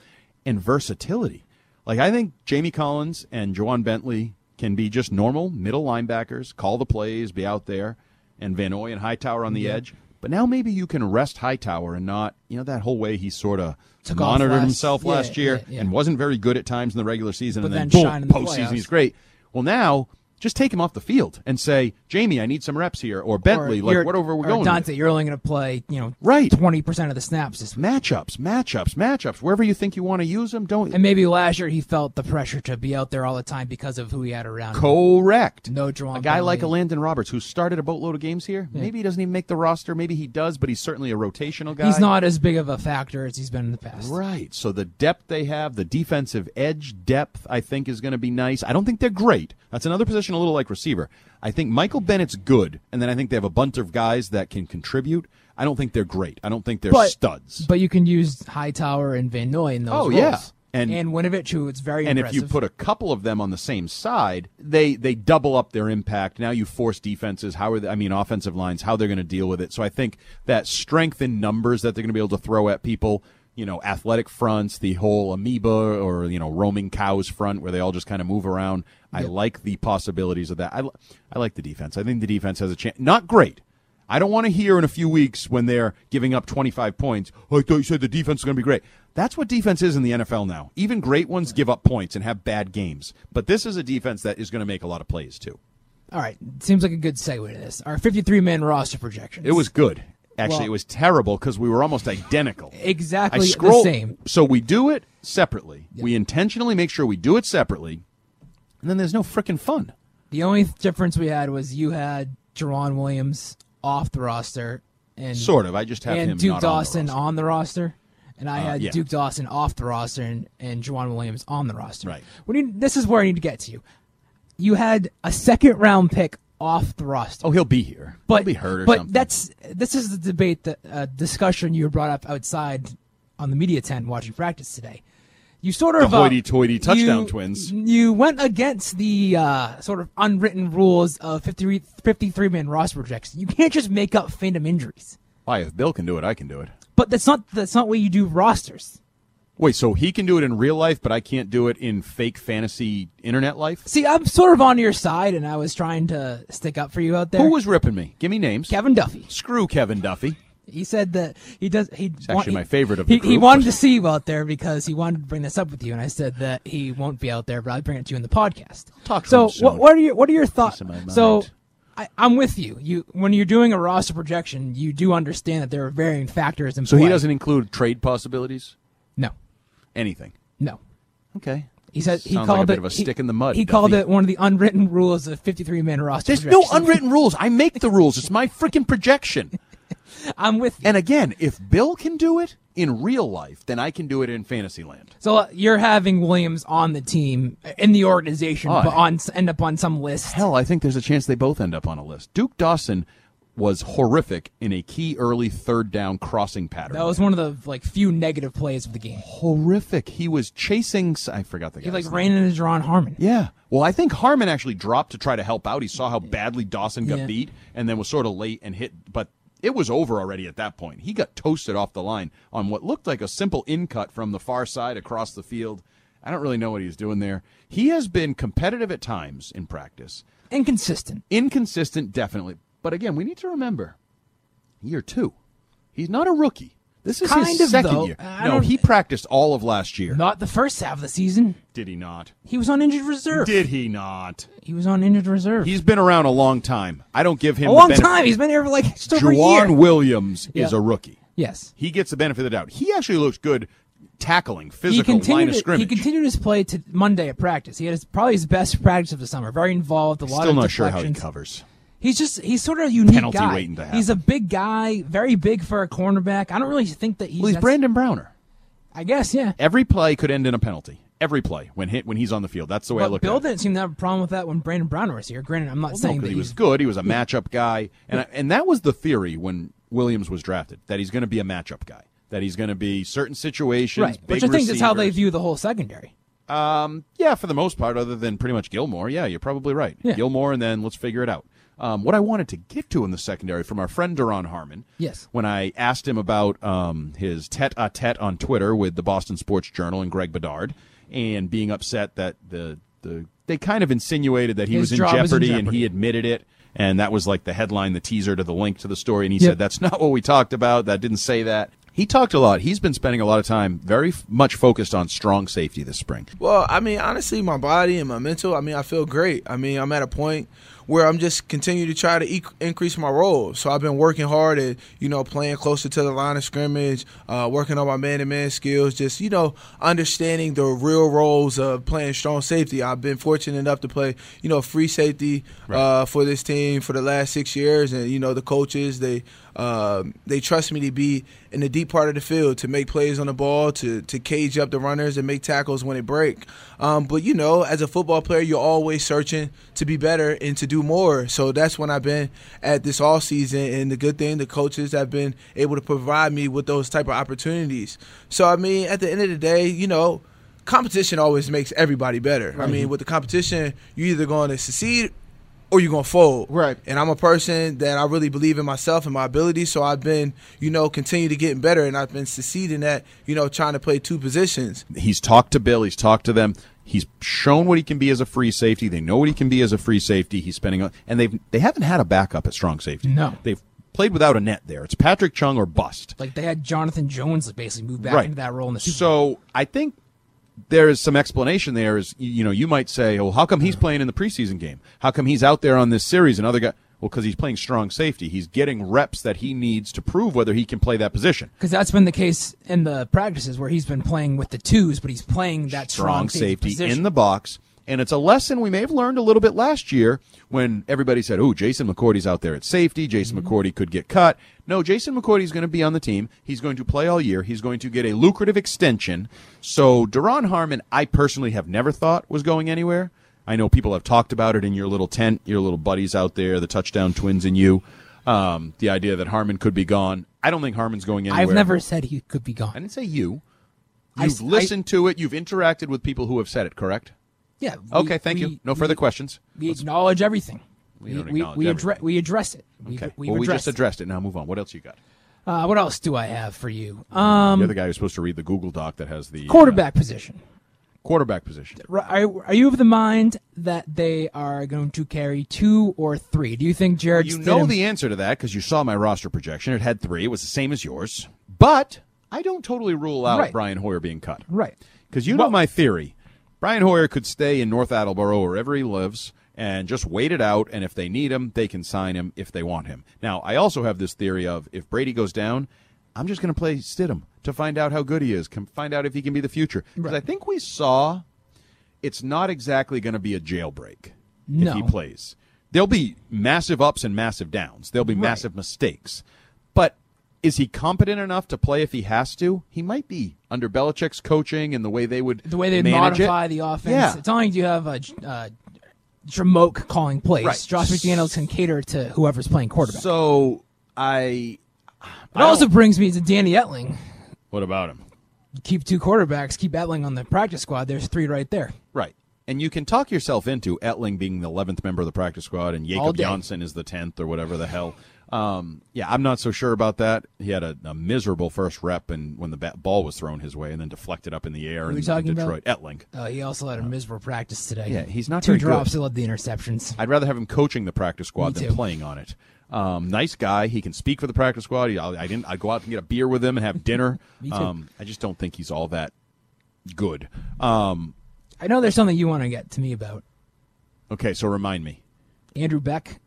Speaker 4: and versatility. Like I think Jamie Collins and Jawan Bentley can be just normal middle linebackers, call the plays, be out there, and Van Oy and Hightower on the
Speaker 10: Yeah.
Speaker 4: edge. But now maybe you can rest Hightower and not, you know, that whole way he sort of
Speaker 3: Took off
Speaker 4: monitored
Speaker 3: last-
Speaker 4: himself
Speaker 3: yeah,
Speaker 4: last year
Speaker 3: yeah, yeah.
Speaker 4: and wasn't very good at times in the regular season
Speaker 3: But
Speaker 4: and then,
Speaker 3: then
Speaker 4: boom,
Speaker 3: shine in the
Speaker 4: postseason
Speaker 3: playoffs.
Speaker 4: he's great. Well, now just take him off the field and say, Jamie, I need some reps here, or Bentley,
Speaker 3: Or
Speaker 4: like
Speaker 3: you're-
Speaker 4: whatever we're
Speaker 3: or
Speaker 4: going. with.
Speaker 3: Dante, you're only going to play, you know,
Speaker 4: right,
Speaker 3: twenty percent of the snaps. This
Speaker 4: matchups, matchups, matchups. Wherever you think you want to use them, don't.
Speaker 3: And maybe last year he felt the pressure to be out there all the time because of who he had around. him.
Speaker 4: Correct.
Speaker 3: No, Juwan
Speaker 4: a guy
Speaker 3: Bentley.
Speaker 4: like a Landon Roberts who started a boatload of games here.
Speaker 3: Yeah.
Speaker 4: Maybe he doesn't even make the roster. Maybe he does, but he's certainly a rotational guy.
Speaker 3: He's not as big of a factor as he's been in the past.
Speaker 4: Right. So the depth they have, the defensive edge depth, I think is going to be nice. I don't think they're great. That's another position a little like receiver. I think Michael Bennett's good, and then I think they have a bunch of guys that can contribute. I don't think they're great. I don't think they're
Speaker 3: But-
Speaker 4: studs.
Speaker 3: But you can use Hightower and Van Noy in those
Speaker 4: Oh,
Speaker 3: roles.
Speaker 4: yeah. And-
Speaker 3: and Winovich, who it's very
Speaker 4: and
Speaker 3: impressive.
Speaker 4: if you put a couple of them on the same side, they they double up their impact. Now you force defenses, how are they, I mean offensive lines, how they're going to deal with it. So I think that strength in numbers that they're going to be able to throw at people, you know, athletic fronts, the whole amoeba or you know roaming cows front where they all just kind of move around. I
Speaker 10: Yeah.
Speaker 4: like the possibilities of that. I li- I like the defense. I think the defense has a chance. Not great. I don't want to hear in a few weeks when they're giving up 25 points. "Oh, I thought you said the defense is going to be great. That's what defense is in the NFL now. Even great ones give up points and have bad games. But this is a defense that is going to make a lot of plays too.
Speaker 3: all right, seems like a good segue to this. Our 53 man roster projection.
Speaker 4: It was good. Actually,
Speaker 3: Well-
Speaker 4: it was terrible because we were almost identical.
Speaker 3: Exactly
Speaker 4: I scroll,
Speaker 3: the same.
Speaker 4: So we do it separately. We intentionally make sure we do it separately, and then there's no freaking fun.
Speaker 3: The only difference we had was you had Jerron Williams off the roster and
Speaker 4: Sort of. I just have
Speaker 3: and
Speaker 4: him
Speaker 3: Duke
Speaker 4: not on the
Speaker 3: Dawson on the, roster, and I
Speaker 4: Uh,
Speaker 3: had
Speaker 4: yeah.
Speaker 3: Duke Dawson off the roster and and Jerron Williams on the roster.
Speaker 4: Right.
Speaker 3: We need, this is where I need to get to you. You had a second round pick off the roster.
Speaker 4: Oh, he'll be here.
Speaker 3: But
Speaker 4: he'll be hurt or
Speaker 3: but
Speaker 4: something.
Speaker 3: that's this is the debate that uh, discussion you brought up outside on the media tent watching practice today. You sort
Speaker 4: The
Speaker 3: of uh,
Speaker 4: hoity-toity touchdown
Speaker 3: you-
Speaker 4: twins.
Speaker 3: You went against the uh, sort of unwritten rules of 53 53 man roster projection. You can't just make up phantom injuries.
Speaker 4: Why, if Bill can do it, I can do it.
Speaker 3: But that's not that's not what you do rosters.
Speaker 4: Wait, so he can do it in real life, but I can't do it in fake fantasy internet life?
Speaker 3: See, I'm sort of on your side, and I was trying to stick up for you out there.
Speaker 4: Who was ripping me? Give me names.
Speaker 3: Kevin Duffy?
Speaker 4: Screw Kevin Duffy.
Speaker 3: He said that he does. He
Speaker 4: He's actually my favorite of the
Speaker 3: he, he
Speaker 4: group.
Speaker 3: wanted to see you out there because he wanted to bring this up with you, and I said that he won't be out there, but I'll bring it to you in the podcast.
Speaker 4: Talk to
Speaker 3: so,
Speaker 4: him soon.
Speaker 3: what, what are your what are your thoughts?
Speaker 4: of my
Speaker 3: So,
Speaker 4: mind.
Speaker 3: I, I'm with you. You when you're doing a roster projection, you do understand that there are varying factors in
Speaker 4: So e-,
Speaker 3: play.
Speaker 4: he doesn't include trade possibilities?
Speaker 3: No.
Speaker 4: Anything.
Speaker 3: No.
Speaker 4: Okay.
Speaker 3: He said he
Speaker 4: Sounds
Speaker 3: called
Speaker 4: like a
Speaker 3: it
Speaker 4: bit of a stick in the mud,
Speaker 3: He called
Speaker 4: Duffy.
Speaker 3: it one of the unwritten rules of 53 man roster.
Speaker 4: There's no
Speaker 3: projections.
Speaker 4: unwritten rules. I make the rules. It's my freaking projection.
Speaker 3: I'm with
Speaker 4: you. And again, if Bill can do it in real life, then I can do it in Fantasyland.
Speaker 3: So uh, you're having Williams on the team uh, in the organization,
Speaker 4: Oh,
Speaker 3: but
Speaker 4: I-
Speaker 3: on end up on some list.
Speaker 4: Hell, I think there's a chance they both end up on a list. Duke Dawson was horrific in a key early third down crossing pattern.
Speaker 3: That was one of the like few negative plays of the game.
Speaker 4: horrific. He was chasing. I forgot the guy.
Speaker 3: He like ran into John Harmon.
Speaker 4: Yeah. Well, I think Harmon actually dropped to try to help out. He saw how badly Dawson got
Speaker 3: Yeah.
Speaker 4: beat and then was sort of late and hit, but it was over already at that point. He got toasted off the line on what looked like a simple in cut from the far side across the field. I don't really know what he was doing there. He has been competitive at times in practice.
Speaker 3: Inconsistent.
Speaker 4: Inconsistent, definitely. But again, we need to remember year two. He's not a rookie. This is
Speaker 3: Kind
Speaker 4: his
Speaker 3: of,
Speaker 4: second
Speaker 3: though.
Speaker 4: year.
Speaker 3: I
Speaker 4: No,
Speaker 3: don't-
Speaker 4: he practiced all of last year.
Speaker 3: Not the first half of the season.
Speaker 4: Did he not?
Speaker 3: He was on injured reserve.
Speaker 4: Did he not?
Speaker 3: He was on injured reserve.
Speaker 4: He's been around a long time. I don't give him
Speaker 3: a long
Speaker 4: the benefit-
Speaker 3: time. He's been here for like just over a year.
Speaker 4: Juwan Williams
Speaker 3: Yeah.
Speaker 4: is a rookie.
Speaker 3: yes.
Speaker 4: He gets the benefit of the doubt. He actually looks good tackling, physical
Speaker 3: he continued
Speaker 4: line of
Speaker 3: it-
Speaker 4: scrimmage.
Speaker 3: He continued his play to Monday at practice. He had his, probably his best practice of the summer. Very involved. A lot
Speaker 4: Still
Speaker 3: of
Speaker 4: not sure how he
Speaker 3: deflections.
Speaker 4: covers.
Speaker 3: He's just he's sort of a unique
Speaker 4: Penalty
Speaker 3: guy.
Speaker 4: waiting to
Speaker 3: He's a big guy, very big for a cornerback. I don't really think that he's.
Speaker 4: Well, he's
Speaker 3: that's-
Speaker 4: Brandon Browner.
Speaker 3: I guess yeah.
Speaker 4: Every play could end in a penalty. Every play when hit when he's on the field. That's the way I
Speaker 3: But
Speaker 4: look
Speaker 3: Bill
Speaker 4: at it.
Speaker 3: didn't seem to have a problem with that when Brandon Brown was here. Granted, I'm not
Speaker 4: Well, no,
Speaker 3: saying
Speaker 4: 'cause
Speaker 3: that
Speaker 4: he
Speaker 3: he's
Speaker 4: was good. He was a matchup guy, and I, and that was the theory when Williams was drafted that he's going to be a matchup guy. That he's going to be certain situations.
Speaker 3: right,
Speaker 4: big
Speaker 3: which I think is how
Speaker 4: receivers.
Speaker 3: they view the whole secondary.
Speaker 4: Um, yeah, for the most part, other than pretty much Gilmore. Yeah, you're probably right.
Speaker 3: Yeah.
Speaker 4: Gilmore, and then let's figure it out. Um, what I wanted to get to in the secondary from our friend Duron Harmon.
Speaker 3: Yes.
Speaker 4: When I asked him about um, his tete a tete on Twitter with the Boston Sports Journal and Greg Bedard, and being upset that the the they kind of insinuated that he
Speaker 3: His
Speaker 4: was in
Speaker 3: job
Speaker 4: jeopardy,
Speaker 3: was in
Speaker 4: and
Speaker 3: jeopardy.
Speaker 4: he admitted it. And that was like the headline, the teaser to the link to the story. And he
Speaker 3: Yep.
Speaker 4: said, That's not what we talked about. That didn't say that. He talked a lot. He's been spending a lot of time very f- much focused on strong safety this spring.
Speaker 9: Well, I mean, honestly, my body and my mental, I mean, I feel great. I mean, I'm at a point where I'm just continue to try to e- increase my role. So I've been working hard at, you know, playing closer to the line of scrimmage, uh, working on my man-to-man skills, just, you know, understanding the real roles of playing strong safety. I've been fortunate enough to play, you know, free safety uh, for this team for the last six years. And, you know, the coaches, they um, they trust me to be in the deep part of the field to make plays on the ball, to to cage up the runners and make tackles when it break. Um, but you know, as a football player, you're always searching to be better and to do more. So that's when I've been at this all season, and the good thing the coaches have been able to provide me with those type of opportunities. So I mean, at the end of the day, you know competition always makes everybody better. I mean, with the competition, you're either going to succeed or you're going to fold. Right. And I'm a person that I really believe in myself and my ability, so I've been, you know, continue to getting better, and I've been succeeding at, you know, trying to play two positions.
Speaker 4: He's talked to Bill. He's talked to them. He's shown what he can be as a free safety. They know what he can be as a free safety. He's spending on, and they've they haven't had a backup at strong safety.
Speaker 3: No.
Speaker 4: they've played without a net there. It's Patrick Chung or bust.
Speaker 3: Like they had Jonathan Jones basically move back into that role in the Super Bowl.
Speaker 4: So I think there is some explanation there. Is you you know you might say, well, how come he's playing in the preseason game? How come he's out there on this series and other guy? Well, because he's playing strong safety. He's getting reps that he needs to prove whether he can play that position.
Speaker 3: Because that's been the case in the practices where he's been playing with the twos, but he's playing that strong,
Speaker 4: strong safety
Speaker 3: position.
Speaker 4: in the box. And it's a lesson we may have learned a little bit last year when everybody said, oh, Jason McCourty's out there at safety. Jason
Speaker 3: Mm-hmm.
Speaker 4: McCourty could get cut. No, Jason McCourty's going to be on the team. He's going to play all year. He's going to get a lucrative extension. So Daron Harmon, I personally have never thought was going anywhere. I know people have talked about it in your little tent, your little buddies out there, the touchdown twins and you. Um, the idea that Harmon could be gone. I don't think Harmon's going anywhere.
Speaker 3: I've never said he could be
Speaker 4: I
Speaker 3: gone.
Speaker 4: didn't say you.
Speaker 3: I
Speaker 4: You've
Speaker 3: s- I-
Speaker 4: listened to it. You've interacted with people who have said it. Correct.
Speaker 3: Yeah. we-
Speaker 4: Okay. Thank
Speaker 3: we-
Speaker 4: you. No further questions.
Speaker 3: We acknowledge everything.
Speaker 4: We don't
Speaker 3: we,
Speaker 4: acknowledge
Speaker 3: we,
Speaker 4: everything.
Speaker 3: addre- we address it. We,
Speaker 4: Okay.
Speaker 3: we
Speaker 4: well, we
Speaker 3: address
Speaker 4: just addressed it. Now move on. What else you got?
Speaker 3: it. Uh, what else do I have for you? Um,
Speaker 4: You're the guy who's supposed to read the Google Doc that has the uh,
Speaker 3: quarterback position.
Speaker 4: quarterback position.
Speaker 3: Ri- Are, are you of the mind that they are going to carry two or three? Do you think Jared?
Speaker 4: You
Speaker 3: Stidham-
Speaker 4: know the answer to that because you saw my roster projection. It had three. It was the same as yours. But I don't totally rule out
Speaker 3: Right.
Speaker 4: Brian Hoyer being cut.
Speaker 3: right.
Speaker 4: Because you know my theory. Brian Hoyer could stay in North Attleboro, wherever he lives, and just wait it out. And if they need him, they can sign him if they want him. Now, I also have this theory of if Brady goes down, I'm just going to play Stidham to find out how good he is, can find out if he can be the future. Because I think we saw it's not exactly going to be a jailbreak
Speaker 3: No.
Speaker 4: if he plays. There'll be massive ups and massive downs. There'll be massive mistakes. But is he competent enough to play if he has to? He might be under Belichick's coaching and the way they would
Speaker 3: the way they
Speaker 4: manage it.
Speaker 3: modify the offense.
Speaker 4: Yeah.
Speaker 3: It's not like you have a uh, Jamoke calling plays.
Speaker 4: Right.
Speaker 3: Josh McDaniels can cater to whoever's playing quarterback.
Speaker 4: So I.
Speaker 3: it also brings me to Danny Etling.
Speaker 4: What about him?
Speaker 3: You keep two quarterbacks, keep Etling on the practice squad. There's three right there.
Speaker 4: Right. And you can talk yourself into Etling being the 11th member of the practice squad and
Speaker 3: All
Speaker 4: Jacob
Speaker 3: day.
Speaker 4: Janssen is the 10th or whatever the hell. Um, yeah, I'm not so sure about that. He had a, a miserable first rep and when the bat, ball was thrown his way and then deflected up in the air
Speaker 3: Who are
Speaker 4: in,
Speaker 3: we
Speaker 4: in
Speaker 3: talking about?
Speaker 4: Detroit. Etling.
Speaker 3: Uh, he also had a miserable practice today.
Speaker 4: Yeah, he's not
Speaker 3: two
Speaker 4: very good.
Speaker 3: drops. He led the interceptions.
Speaker 4: I'd rather have him coaching the practice squad
Speaker 3: Me
Speaker 4: than
Speaker 3: too.
Speaker 4: playing on it. Um, nice guy. He can speak for the practice squad. He, I, I didn't. I'd go out and get a beer with him and have dinner.
Speaker 3: Me too.
Speaker 4: Um, I just don't think he's all that good. Um,
Speaker 3: I know there's something you want to get to me about
Speaker 4: okay, so remind me.
Speaker 3: Andrew Beck.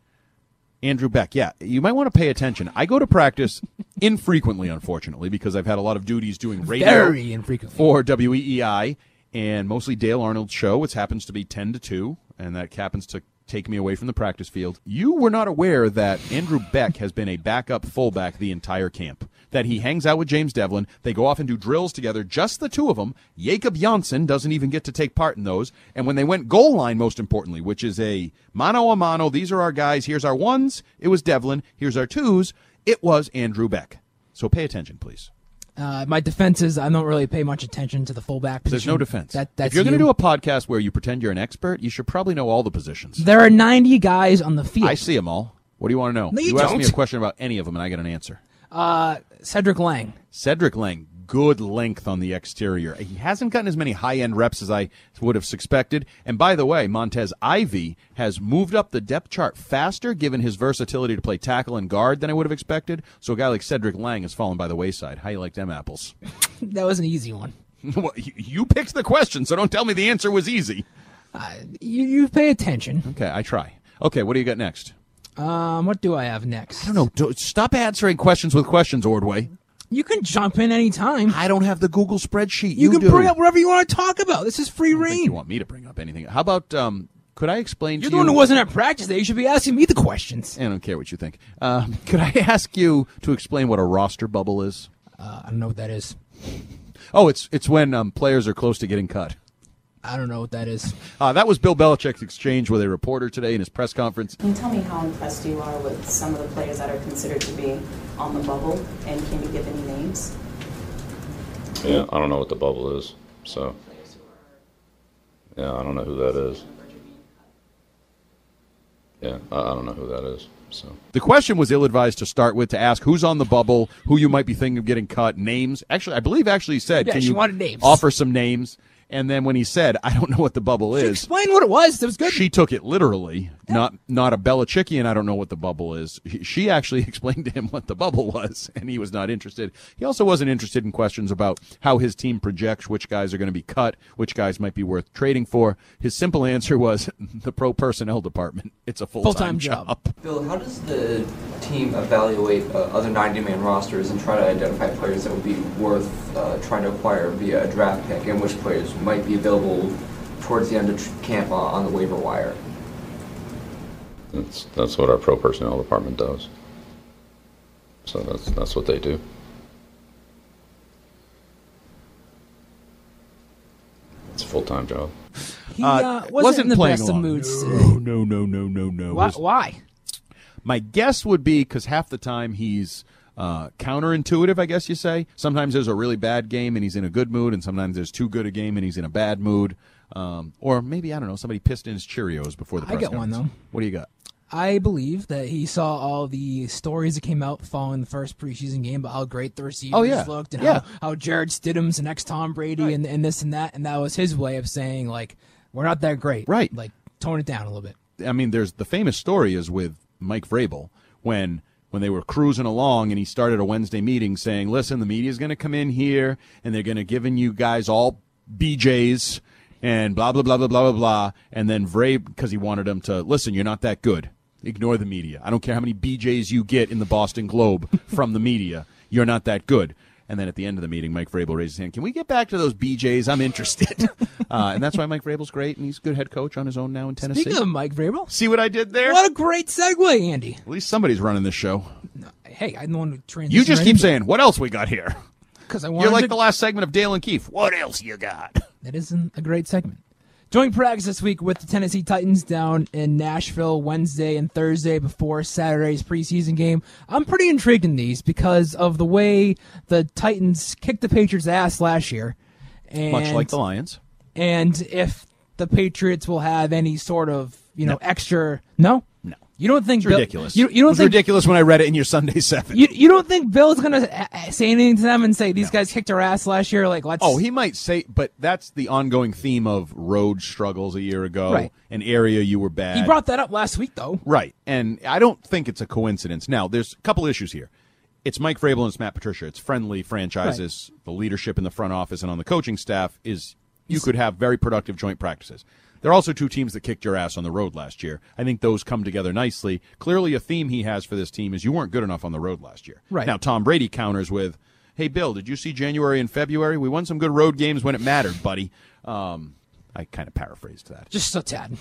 Speaker 4: Andrew Beck, yeah, you might want to pay attention. I go to practice infrequently, unfortunately, because I've had a lot of duties doing radio
Speaker 3: Very infrequently.
Speaker 4: for WEEI and mostly Dale Arnold's show, which happens to be 10 to 2, and that happens to take me away from the practice field. You were not aware that Andrew Beck has been a backup fullback the entire camp, that he hangs out with James Devlin. They go off and do drills together, just the two of them. Jacob Janssen doesn't even get to take part in those. And when they went goal line, most importantly, which is a mano a mano, these are our guys, here's our ones, it was Devlin, here's our twos, it was Andrew Beck. So pay attention, please.
Speaker 3: Uh, my defense is I don't really pay much attention to the fullback position.
Speaker 4: There's no defense.
Speaker 3: That, that's
Speaker 4: if you're
Speaker 3: you.
Speaker 4: to do a podcast where you pretend you're an expert, you should probably know all the positions.
Speaker 3: There are 90 guys on the field.
Speaker 4: I see them all. What do you want to know?
Speaker 3: No, you
Speaker 4: ask me a
Speaker 3: don't.
Speaker 4: question about any of them, and I get an answer.
Speaker 3: Uh, Cedric Lang.
Speaker 4: Cedric Lang, good length on the exterior. He hasn't gotten as many high end reps as I would have suspected. And by the way, Montez Ivy has moved up the depth chart faster, given his versatility to play tackle and guard, than I would have expected. So a guy like Cedric Lang has fallen by the wayside. How you like them apples?
Speaker 3: That was an easy one.
Speaker 4: Well, you- you picked the question, so don't tell me the answer was easy.
Speaker 3: You, you pay attention.
Speaker 4: Okay, I try. Okay, what do you got next?
Speaker 3: Um, what do I have next? I
Speaker 4: don't know. Don't- Stop answering questions with questions, Ordway.
Speaker 3: You can jump in anytime.
Speaker 4: I don't have the Google spreadsheet.
Speaker 3: You,
Speaker 4: You
Speaker 3: can
Speaker 4: do.
Speaker 3: bring up whatever you want to talk about. This is free
Speaker 4: I don't think
Speaker 3: reign.
Speaker 4: you want me to bring up anything? How about um? Could I explain
Speaker 3: You're
Speaker 4: to
Speaker 3: the one
Speaker 4: you?
Speaker 3: who wasn't at practice day. You should be asking me the questions.
Speaker 4: I don't care what you think. Um, could I ask you to explain what a roster bubble is?
Speaker 3: Uh, I don't know what that is.
Speaker 4: Oh, it's it's when um, players are close to getting cut.
Speaker 3: I don't know what that is.
Speaker 4: Uh, that was Bill Belichick's exchange with a reporter today in his press conference.
Speaker 10: Can you tell me how impressed you are with some of the players that are considered to be on the bubble, and can you give any names?
Speaker 7: Yeah, I don't know what the bubble is, so. Yeah, I don't know who that is. Yeah, I, I don't know who that is, so.
Speaker 4: The question was ill-advised to start with to ask who's on the bubble, who you might be thinking of getting cut, names. Actually, I believe actually he said,
Speaker 3: Yeah,
Speaker 4: "Can
Speaker 3: she
Speaker 4: you
Speaker 3: wanted names.
Speaker 4: offer some names?" And then when he said, "I don't know what the bubble is,"
Speaker 3: Explain what it was. That was good.
Speaker 4: she took it literally. Not not a Belichickian. I don't know what the bubble is. He- She actually explained to him what the bubble was, and he was not interested. He also wasn't interested in questions about how his team projects, which guys are going to be cut, which guys might be worth trading for. His simple answer was the pro personnel department. It's a full
Speaker 3: Full-time
Speaker 4: time
Speaker 3: job.
Speaker 4: job.
Speaker 11: Bill, how does the team evaluate uh, other 90-man rosters and try to identify players that would be worth uh, trying to acquire via a draft pick, and which players might be available towards the end of tr- camp uh, on, on the waiver wire?
Speaker 7: That's, that's what our pro personnel department does. So that's, that's what they do. It's a full time job.
Speaker 3: He uh, wasn't, in the best of
Speaker 4: along.
Speaker 3: moods today.
Speaker 4: No, no, no, no, no, no.
Speaker 3: Why?
Speaker 4: Was-
Speaker 3: why?
Speaker 4: My guess would be because half the time he's uh, counterintuitive, I guess you say. Sometimes there's a really bad game and he's in a good mood, and sometimes there's too good a game and he's in a bad mood. Um, or maybe, I don't know, somebody pissed in his Cheerios before the
Speaker 3: I
Speaker 4: press
Speaker 3: got one,
Speaker 4: conference. What do you got?
Speaker 3: I believe that he saw all the stories that came out following the first preseason game about how great the receivers
Speaker 4: Oh, yeah.
Speaker 3: looked and
Speaker 4: Yeah.
Speaker 3: how, how Jared Stidham's the next Tom Brady and, and this and that. And that was his way of saying, like, we're not that great.
Speaker 4: Right.
Speaker 3: Like, tone it down a little bit.
Speaker 4: I mean, there's the famous story is with Mike Vrabel when when they were cruising along and he started a Wednesday meeting saying, "Listen, the media's going to come in here and they're going to giving you guys all BJ's and blah blah blah blah blah blah blah," and then Vrabel because he wanted them to listen, you're not that good. Ignore the media. I don't care how many BJ's you get in the Boston Globe from the media. You're not that good. And then at the end of the meeting, Mike Vrabel raised his hand. Can we get back to those BJ's? I'm interested. uh, and that's why Mike Vrabel's great, and he's a good head coach on his own now in Tennessee.
Speaker 3: Speaking of Mike Vrabel,
Speaker 4: see what I did there?
Speaker 3: What a great segue, Andy.
Speaker 4: At least somebody's running this show.
Speaker 3: Hey, I'm the one who transitioned.
Speaker 4: You just keep saying, "What else we got here?"
Speaker 3: because I wanted
Speaker 4: You're like
Speaker 3: to-
Speaker 4: the last segment of Dale and Keefe. What else you got?
Speaker 3: That isn't a great segment. Joint practice this week with the Tennessee Titans down in Nashville Wednesday and Thursday before Saturday's preseason game. I'm pretty intrigued in these because of the way the Titans kicked the Patriots' ass last year. And,
Speaker 4: Much like the Lions.
Speaker 3: And if the Patriots will have any sort of, you know, extra. No? No. You don't think.
Speaker 4: It's
Speaker 3: Bill-
Speaker 4: ridiculous.
Speaker 3: you, you don't
Speaker 4: it was
Speaker 3: think.
Speaker 4: ridiculous when I read it in your Sunday seven.
Speaker 3: You, you don't think Bill's going to say anything to them and say, these guys kicked our ass last year? Like, let's.
Speaker 4: Oh, he might say, but that's the ongoing theme of road struggles a year ago,
Speaker 3: Right.
Speaker 4: an area you were bad.
Speaker 3: he brought that up last week, though.
Speaker 4: Right. And I don't think it's a coincidence. Now, there's a couple issues here. It's Mike Vrabel and it's Matt Patricia. It's friendly franchises. The leadership in the front office and on the coaching staff is you could have very productive joint practices. There are also two teams that kicked your ass on the road last year. I think those come together nicely. Clearly, a theme he has for this team is you weren't good enough on the road last year.
Speaker 12: Right.
Speaker 4: Now, Tom Brady counters with, hey, Bill, did you see January and February? We won some good road games when it mattered, buddy. Um, I kind of paraphrased that.
Speaker 3: Just a tad.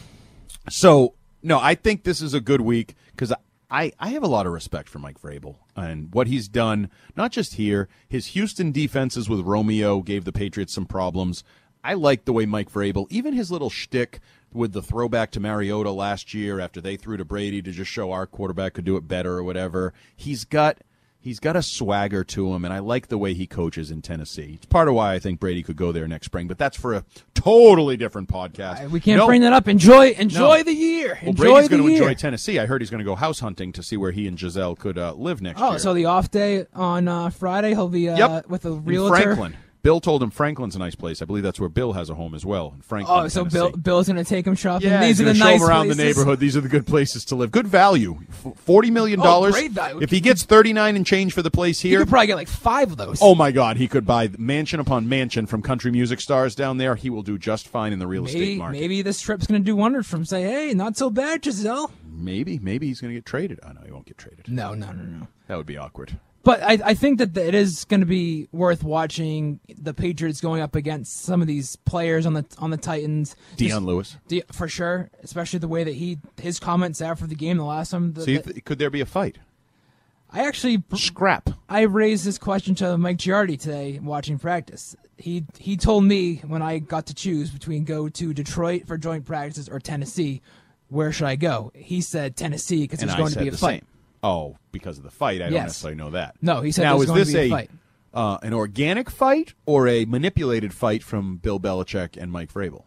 Speaker 4: So no, I think this is a good week because I, I have a lot of respect for Mike Vrabel and what he's done. Not just here, his Houston defenses with Romeo gave the Patriots some problems. I like the way Mike Vrabel, even his little shtick with the throwback to Mariota last year after they threw to Brady to just show our quarterback could do it better or whatever. He's got he's got a swagger to him, and I like the way he coaches in Tennessee. It's part of why I think Brady could go there next spring, but that's for a totally different podcast.
Speaker 3: Uh, We can't
Speaker 4: No.
Speaker 3: bring that up. Enjoy, enjoy
Speaker 4: No.
Speaker 3: the year.
Speaker 4: Well,
Speaker 3: enjoy
Speaker 4: Brady's
Speaker 3: the
Speaker 4: going to
Speaker 3: year.
Speaker 4: enjoy Tennessee. I heard he's going to go house hunting to see where he and Giselle could uh, live next
Speaker 3: oh,
Speaker 4: year.
Speaker 3: so the off day on uh, Friday, he'll be uh,
Speaker 4: Yep.
Speaker 3: with a
Speaker 4: In
Speaker 3: realtor.
Speaker 4: Franklin. Bill told him Franklin's a nice place. I believe that's where Bill has a home as well. In Franklin,
Speaker 3: oh, so Bill, Bill's going to take him shopping.
Speaker 4: Yeah,
Speaker 3: These
Speaker 4: he's
Speaker 3: are the
Speaker 4: gonna show
Speaker 3: nice
Speaker 4: him around the
Speaker 3: places.
Speaker 4: neighborhood. These are the good places to live. Good value, F- forty million
Speaker 3: Oh,
Speaker 4: dollars.
Speaker 3: great value.
Speaker 4: If he gets thirty nine and change for the place
Speaker 3: You
Speaker 4: here,
Speaker 3: could probably get like five of those.
Speaker 4: Oh my God, he could buy mansion upon mansion from country music stars down there. He will do just fine in the real estate
Speaker 3: maybe,
Speaker 4: market.
Speaker 3: maybe this trip's going to do wonders for him. Say, hey, not so bad, Giselle.
Speaker 4: Maybe, maybe he's going to get traded. I know he won't get traded.
Speaker 3: No, no, no, no.
Speaker 4: That would be awkward.
Speaker 3: But I, I think that it is going to be worth watching the Patriots going up against some of these players on the on the Titans. Just-
Speaker 4: Deion Lewis.
Speaker 3: De- for sure, especially the way that he his comments after the game the last time. The,
Speaker 4: So you
Speaker 3: the-
Speaker 4: th- could there be a fight?
Speaker 3: I actually
Speaker 4: scrap.
Speaker 3: I raised this question to Mike Giardi today watching practice. He he told me when I got to choose between go to Detroit for joint practices or Tennessee, where should I go? He said Tennessee because
Speaker 4: And
Speaker 3: there's
Speaker 4: I
Speaker 3: going to
Speaker 4: said
Speaker 3: be a
Speaker 4: the
Speaker 3: fight.
Speaker 4: same. Oh, because of the fight, I don't
Speaker 3: Yes.
Speaker 4: necessarily know that.
Speaker 3: No, he said
Speaker 4: now
Speaker 3: there's
Speaker 4: is
Speaker 3: going to
Speaker 4: this
Speaker 3: be a
Speaker 4: a,
Speaker 3: fight.
Speaker 4: Uh, an organic fight or a manipulated fight from Bill Belichick and Mike Vrabel?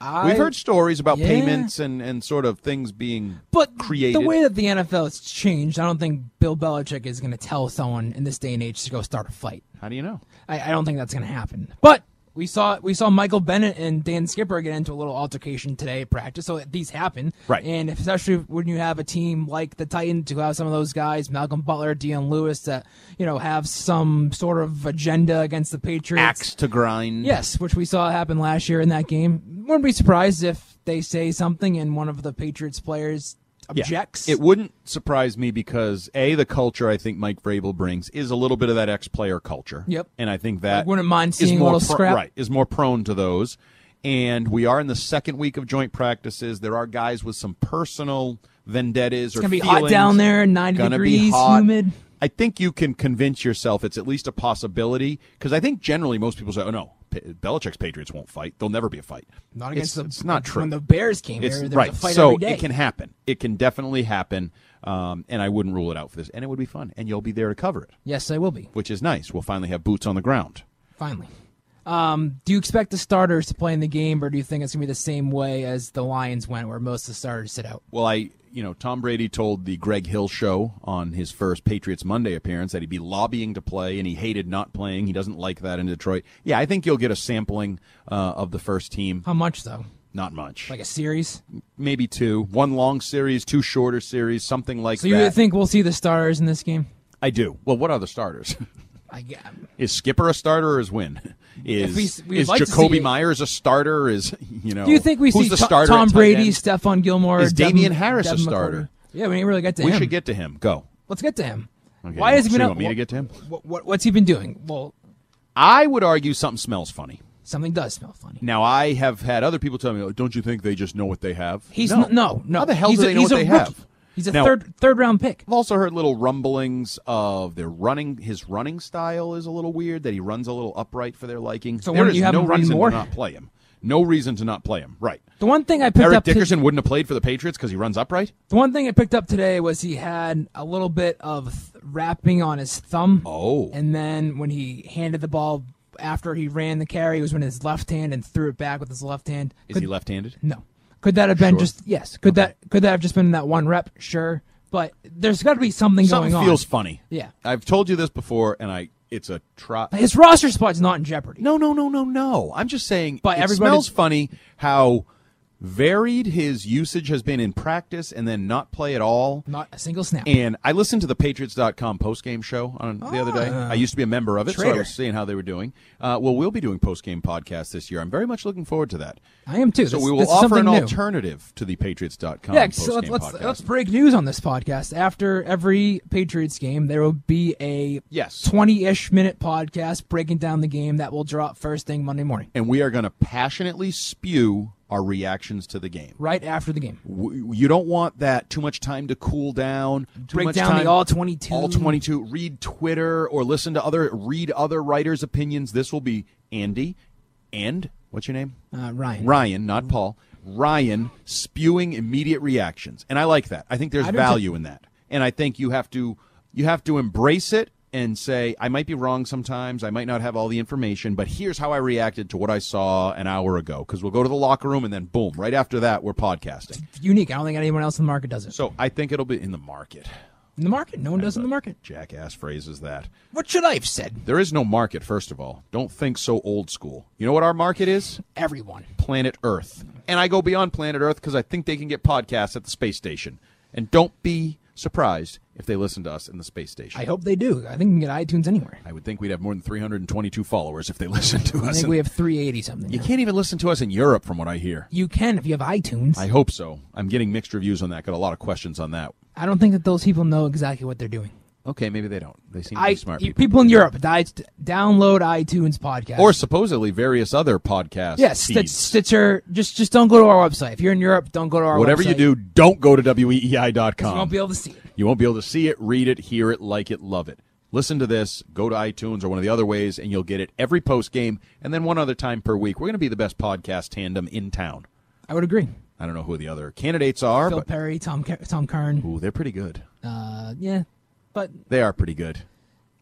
Speaker 3: I-
Speaker 4: We've heard stories about
Speaker 3: Yeah.
Speaker 4: payments and, and sort of things being
Speaker 3: But
Speaker 4: created.
Speaker 3: the way that the NFL has changed, I don't think Bill Belichick is going to tell someone in this day and age to go start a fight.
Speaker 4: How do you know?
Speaker 3: I, I don't think that's going to happen. But we saw we saw Michael Bennett and Dan Skipper get into a little altercation today at practice. So these happen,
Speaker 4: Right.
Speaker 3: And especially when you have a team like the Titans who have some of those guys, Malcolm Butler, Deion Lewis, that you know have some sort of agenda against the Patriots.
Speaker 4: Axe to grind.
Speaker 3: Yes, which we saw happen last year in that game. Wouldn't be surprised if they say something and one of the Patriots players
Speaker 4: Yeah.
Speaker 3: objects.
Speaker 4: It wouldn't surprise me because a the culture I think Mike Vrabel brings is a little bit of that ex player culture.
Speaker 3: Yep.
Speaker 4: and I think that
Speaker 3: I wouldn't mind
Speaker 4: is
Speaker 3: seeing a
Speaker 4: more
Speaker 3: little scrap.
Speaker 4: Right, is more prone to those. And we are in the second week of joint practices. There are guys with some personal vendettas or
Speaker 3: gonna be hot
Speaker 4: feelings.
Speaker 3: down there, 90
Speaker 4: Gonna be
Speaker 3: degrees,
Speaker 4: hot.
Speaker 3: humid.
Speaker 4: I think you can convince yourself it's at least a possibility because I think generally most people say, "Oh no, P- Belichick's Patriots won't fight. There'll never be a fight."
Speaker 3: Not against
Speaker 4: it's,
Speaker 3: the-
Speaker 4: It's not true.
Speaker 3: when the Bears came
Speaker 4: It's-
Speaker 3: here, there was
Speaker 4: right.
Speaker 3: a fight
Speaker 4: so
Speaker 3: every day.
Speaker 4: it can happen. It can definitely happen, um, and I wouldn't rule it out for this. And it would be fun, and you'll be there to cover it,
Speaker 3: yes, I will be
Speaker 4: which is nice. We'll finally have boots on the ground.
Speaker 3: finally. Um, do you expect the starters to play in the game, or do you think it's gonna be the same way as the Lions went, where most of the starters sit out?
Speaker 4: Well, I, you know, Tom Brady told the Greg Hill show on his first Patriots Monday appearance that he'd be lobbying to play, and he hated not playing. He doesn't like that in Detroit. Yeah, I think you'll get a sampling uh, of the first team.
Speaker 3: How much though?
Speaker 4: Not much.
Speaker 3: Like a series?
Speaker 4: Maybe two. One long series, two shorter series, something like
Speaker 3: So
Speaker 4: that.
Speaker 3: you think we'll see the starters in this game?
Speaker 4: I do. Well, what are the starters?
Speaker 3: I get.
Speaker 4: Is Skipper a starter or is Win? Is
Speaker 3: we- we'd
Speaker 4: is
Speaker 3: like to
Speaker 4: Jacoby
Speaker 3: see-
Speaker 4: Myers a starter? Is you know?
Speaker 3: do you think we
Speaker 4: who's
Speaker 3: see
Speaker 4: the
Speaker 3: To-
Speaker 4: starter at
Speaker 3: Tom
Speaker 4: tight
Speaker 3: Brady,
Speaker 4: end?
Speaker 3: Stefan Gilmore,
Speaker 4: Is
Speaker 3: Devin-
Speaker 4: Damian Harris a
Speaker 3: Devin McCourty?
Speaker 4: starter?
Speaker 3: Yeah, we didn't really get to
Speaker 4: we
Speaker 3: him.
Speaker 4: should get to him. Go.
Speaker 3: Let's get to him.
Speaker 4: Okay,
Speaker 3: Why has he
Speaker 4: so
Speaker 3: been?
Speaker 4: you
Speaker 3: up-
Speaker 4: want me to
Speaker 3: wh-
Speaker 4: get to him?
Speaker 3: wh- wh- what's he been doing? Well,
Speaker 4: I would argue something smells funny.
Speaker 3: something does smell funny.
Speaker 4: Now I have had other people tell me, oh, "Don't you think they just know what they have?"
Speaker 3: He's no, no, no.
Speaker 4: How the hell
Speaker 3: he's
Speaker 4: do
Speaker 3: a,
Speaker 4: they know
Speaker 3: he's
Speaker 4: what
Speaker 3: a
Speaker 4: they
Speaker 3: rookie.
Speaker 4: have?
Speaker 3: He's a
Speaker 4: Now-
Speaker 3: third third round pick.
Speaker 4: I've also heard little rumblings of their running. His running style is a little weird. That he runs a little upright for their liking.
Speaker 3: So
Speaker 4: There
Speaker 3: wouldn't
Speaker 4: is
Speaker 3: you have
Speaker 4: no
Speaker 3: him run
Speaker 4: reason
Speaker 3: more?
Speaker 4: to not play him. No reason to not play him. Right.
Speaker 3: The one thing I picked
Speaker 4: Eric
Speaker 3: up to-
Speaker 4: Dickerson wouldn't have played for the Patriots because he runs upright.
Speaker 3: The one thing I picked up today was he had a little bit of th- wrapping on his thumb.
Speaker 4: Oh.
Speaker 3: And then when he handed the ball after he ran the carry, it was when his left hand and threw it back with his left hand.
Speaker 4: Is he left-handed?
Speaker 3: No. Could that have been
Speaker 4: Sure.
Speaker 3: just yes? Could that could that have just been that one rep? Sure, but there's got to be something,
Speaker 4: Something
Speaker 3: going
Speaker 4: feels
Speaker 3: on.
Speaker 4: funny.
Speaker 3: Yeah.
Speaker 4: I've told you this before, and I it's a trot.
Speaker 3: His roster spot's not in jeopardy.
Speaker 4: No, no, no, no, no. I'm just saying.
Speaker 3: But
Speaker 4: it
Speaker 3: everybody-
Speaker 4: smells funny how varied his usage has been in practice and then not play at all.
Speaker 3: Not a single snap.
Speaker 4: And I listened to the Patriots.com postgame show on the other day.
Speaker 3: Ah.
Speaker 4: I used to be a member of it, so I
Speaker 3: Traitor.
Speaker 4: was seeing how they were doing. Uh, well, we'll be doing postgame podcasts this year. I'm very much looking forward to that.
Speaker 3: I am too.
Speaker 4: So
Speaker 3: This-
Speaker 4: we will
Speaker 3: this is
Speaker 4: offer
Speaker 3: something
Speaker 4: an
Speaker 3: new.
Speaker 4: alternative to the Patriots.com
Speaker 3: Yeah,
Speaker 4: postgame
Speaker 3: so let's let's,
Speaker 4: podcast.
Speaker 3: let's break news on this podcast. After every Patriots game, there will be a
Speaker 4: Yes.
Speaker 3: twenty-ish minute podcast breaking down the game that will drop first thing Monday morning,
Speaker 4: and we are going to passionately spew our reactions to the game.
Speaker 3: right after the game.
Speaker 4: W- You don't want that too much time to cool down. Too
Speaker 3: Break
Speaker 4: much
Speaker 3: down the
Speaker 4: time-
Speaker 3: all 22.
Speaker 4: All 22. Read Twitter or listen to other read other writers' opinions. This will be Andy and what's your name?
Speaker 3: Uh, Ryan,
Speaker 4: Ryan, not Paul. Ryan spewing immediate reactions, and I like that. I think there's
Speaker 3: I do too.
Speaker 4: value in that, and I think you have to you have to embrace it and say I might be wrong sometimes. I might not have all the information, but here's how I reacted to what I saw an hour ago. Because we'll go to the locker room and then boom, right after that we're podcasting.
Speaker 3: unique. I don't think anyone else in the market does it.
Speaker 4: So I think it'll be in the market.
Speaker 3: In the market, no one does it in the market.
Speaker 4: Jackass phrases that.
Speaker 3: What should I have said?
Speaker 4: There is no market, first of all. Don't think so old school. You know what our market is?
Speaker 3: Everyone.
Speaker 4: Planet Earth. And I go beyond planet Earth because I think they can get podcasts at the space station. And don't be surprised if they listen to us in the space station.
Speaker 3: I hope they do. I think we can get iTunes anywhere.
Speaker 4: I would think we'd have more than 322 followers if they listened to
Speaker 3: I
Speaker 4: us.
Speaker 3: think
Speaker 4: in-
Speaker 3: we have three eighty something.
Speaker 4: you can't even listen to us in Europe, from what I hear.
Speaker 3: You can if you have iTunes.
Speaker 4: I hope so. I'm getting mixed reviews on that. Got a lot of questions on that.
Speaker 3: I don't think that those people know exactly what they're doing.
Speaker 4: Okay, maybe they don't. They seem to
Speaker 3: I
Speaker 4: be smart
Speaker 3: you-
Speaker 4: people.
Speaker 3: in Europe di- download iTunes podcast
Speaker 4: Or supposedly various other podcasts.
Speaker 3: Yes, Stitch, Stitcher. Just just don't go to our website. If you're in Europe, don't go to our
Speaker 4: Whatever
Speaker 3: website.
Speaker 4: you do, don't go to E weei.com.
Speaker 3: you won't be able to see it.
Speaker 4: You won't be able to see it, read it, hear it, like it, love it. Listen to this, go to iTunes or one of the other ways, and you'll get it every post game and then one other time per week. We're going to be the best podcast tandem in town.
Speaker 3: I would agree.
Speaker 4: I don't know who the other candidates are,
Speaker 3: Phil
Speaker 4: but
Speaker 3: Perry, Tom Ker- Tom Kern.
Speaker 4: ooh, they're pretty good.
Speaker 3: Uh, yeah, but
Speaker 4: They are pretty good.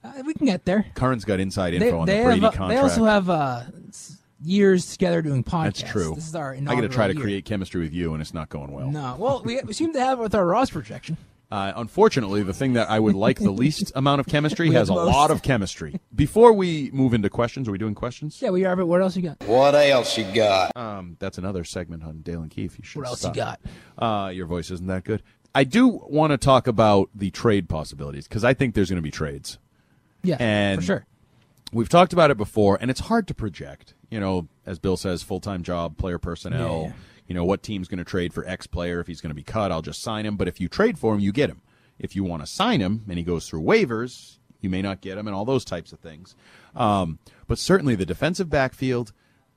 Speaker 3: uh, we can get there.
Speaker 4: Curran's got inside
Speaker 3: They,
Speaker 4: info on
Speaker 3: they
Speaker 4: the Brady
Speaker 3: have, uh,
Speaker 4: contract.
Speaker 3: they also have uh, s- years together doing podcasts.
Speaker 4: That's true.
Speaker 3: This is our
Speaker 4: I got to
Speaker 3: inaugural
Speaker 4: try to
Speaker 3: year.
Speaker 4: create chemistry with you, and it's not going well.
Speaker 3: No, well, we, we seem to have it with our Ross projection.
Speaker 4: Uh, unfortunately, the thing that I would like the least amount of chemistry
Speaker 3: We
Speaker 4: has a
Speaker 3: have most.
Speaker 4: lot of chemistry. Before we move into questions, are we doing questions?
Speaker 3: Yeah, we are. But what else you got?
Speaker 4: What else you got? Um, that's another segment on Dale and Keefe. You should.
Speaker 3: What else you
Speaker 4: stop. Uh, your voice isn't that good. I do want to talk about the trade possibilities because I think there's going to be trades.
Speaker 3: Yeah,
Speaker 4: And
Speaker 3: for sure.
Speaker 4: We've talked about it before, and it's hard to project. You know, as Bill says, full time job, player personnel.
Speaker 3: Yeah, yeah.
Speaker 4: You know, what team's going to trade for X player? If he's going to be cut, I'll just sign him. But if you trade for him, you get him. If you want to sign him and he goes through waivers, you may not get him, and all those types of things. Um, but certainly the defensive backfield,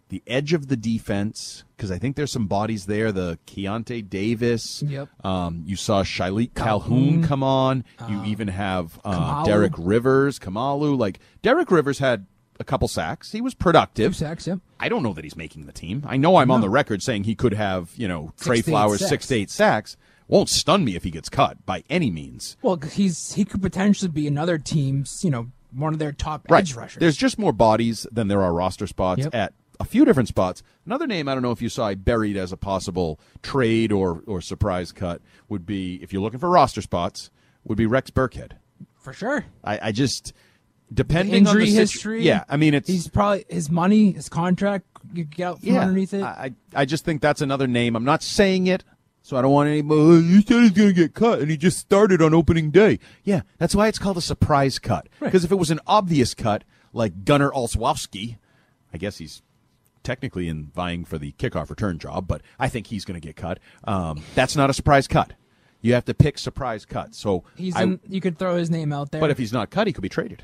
Speaker 4: the edge of the defense, because I think there's some bodies there. The Keontae Davis.
Speaker 3: Yep.
Speaker 4: Um, you saw Shailique Calhoun come on. you even have uh,
Speaker 3: Kamalu.
Speaker 4: Derek Rivers, Kamalu. Like Derek Rivers had a couple sacks. He was productive.
Speaker 3: Two sacks. Yeah.
Speaker 4: I don't know that he's making the team. I know I'm on the record saying he could have, you know, Trey
Speaker 3: to eight
Speaker 4: Flowers
Speaker 3: sacks.
Speaker 4: six to eight sacks. Won't stun me if he gets cut by any means.
Speaker 3: Well, 'cause he's he could potentially be another team's, you know, one of their top edge rushers.
Speaker 4: There's just more bodies than there are roster spots
Speaker 3: Yep.
Speaker 4: at a few different spots. Another name I don't know if you saw I buried as a possible trade or or surprise cut would be if you're looking for roster spots would be Rex Burkhead.
Speaker 3: for sure.
Speaker 4: I, I just depending
Speaker 3: Injury
Speaker 4: on the situ-
Speaker 3: history.
Speaker 4: Yeah, I mean it's
Speaker 3: he's probably his money, his contract. You get out from
Speaker 4: yeah,
Speaker 3: underneath it.
Speaker 4: I I I just think that's another name. I'm not saying it, so I don't want anybody. "Oh, You said he's going to get cut, and he just started on opening day. Yeah, that's why it's called a surprise cut.
Speaker 3: Right.
Speaker 4: Because if it was an obvious cut, like Gunnar Olszewski, I guess he's technically in vying for the kickoff return job, but I think he's going to get cut. Um, that's not a surprise cut. You have to pick surprise cuts. So
Speaker 3: He's
Speaker 4: I-
Speaker 3: in, you could throw his name out there.
Speaker 4: but if he's not cut, he could be traded.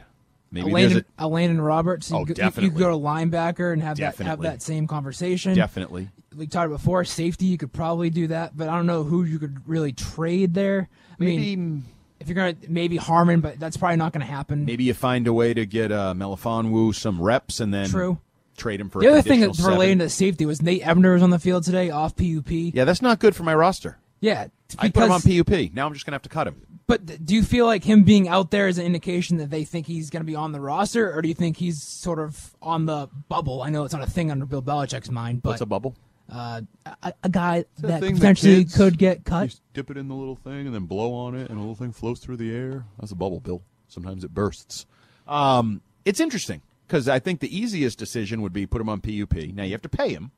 Speaker 4: Maybe
Speaker 3: Elaine,
Speaker 4: there's
Speaker 3: and, Elaine and Roberts, you,
Speaker 4: Oh,
Speaker 3: go- you- you
Speaker 4: definitely.
Speaker 3: go to linebacker and have that, have
Speaker 4: Definitely.
Speaker 3: that same
Speaker 4: a,
Speaker 3: conversation.
Speaker 4: definitely.
Speaker 3: We talked about before safety. You could probably do that, but I don't know who you could really trade there. I mean, if you're gonna maybe Harmon, but that's probably not gonna happen.
Speaker 4: Maybe you find a way to get uh, Melifonwu some reps and then
Speaker 3: True.
Speaker 4: trade him for
Speaker 3: The
Speaker 4: a
Speaker 3: other thing
Speaker 4: conditional
Speaker 3: that's relating
Speaker 4: seven.
Speaker 3: to safety was Nate Ebner was on the field today off PUP. Yeah,
Speaker 4: that's not good for my roster.
Speaker 3: Yeah,
Speaker 4: I put him on
Speaker 3: because-
Speaker 4: PUP. Now I'm just going to have to cut him.
Speaker 3: But th- do you feel like him being out there is an indication that they think he's going to be on the roster, or do you think he's sort of on the bubble? I know it's not a thing under Bill Belichick's mind, but
Speaker 4: What's a bubble?
Speaker 3: Uh, a, a guy
Speaker 4: that
Speaker 3: that
Speaker 4: thing that
Speaker 3: potentially
Speaker 4: kids
Speaker 3: could get cut.
Speaker 4: You dip it in the little thing and then blow on it, and the little thing floats through the air. That's a bubble, Bill. Sometimes it bursts. Um, it's interesting because I think the easiest decision would be put him on PUP. Now you have to pay him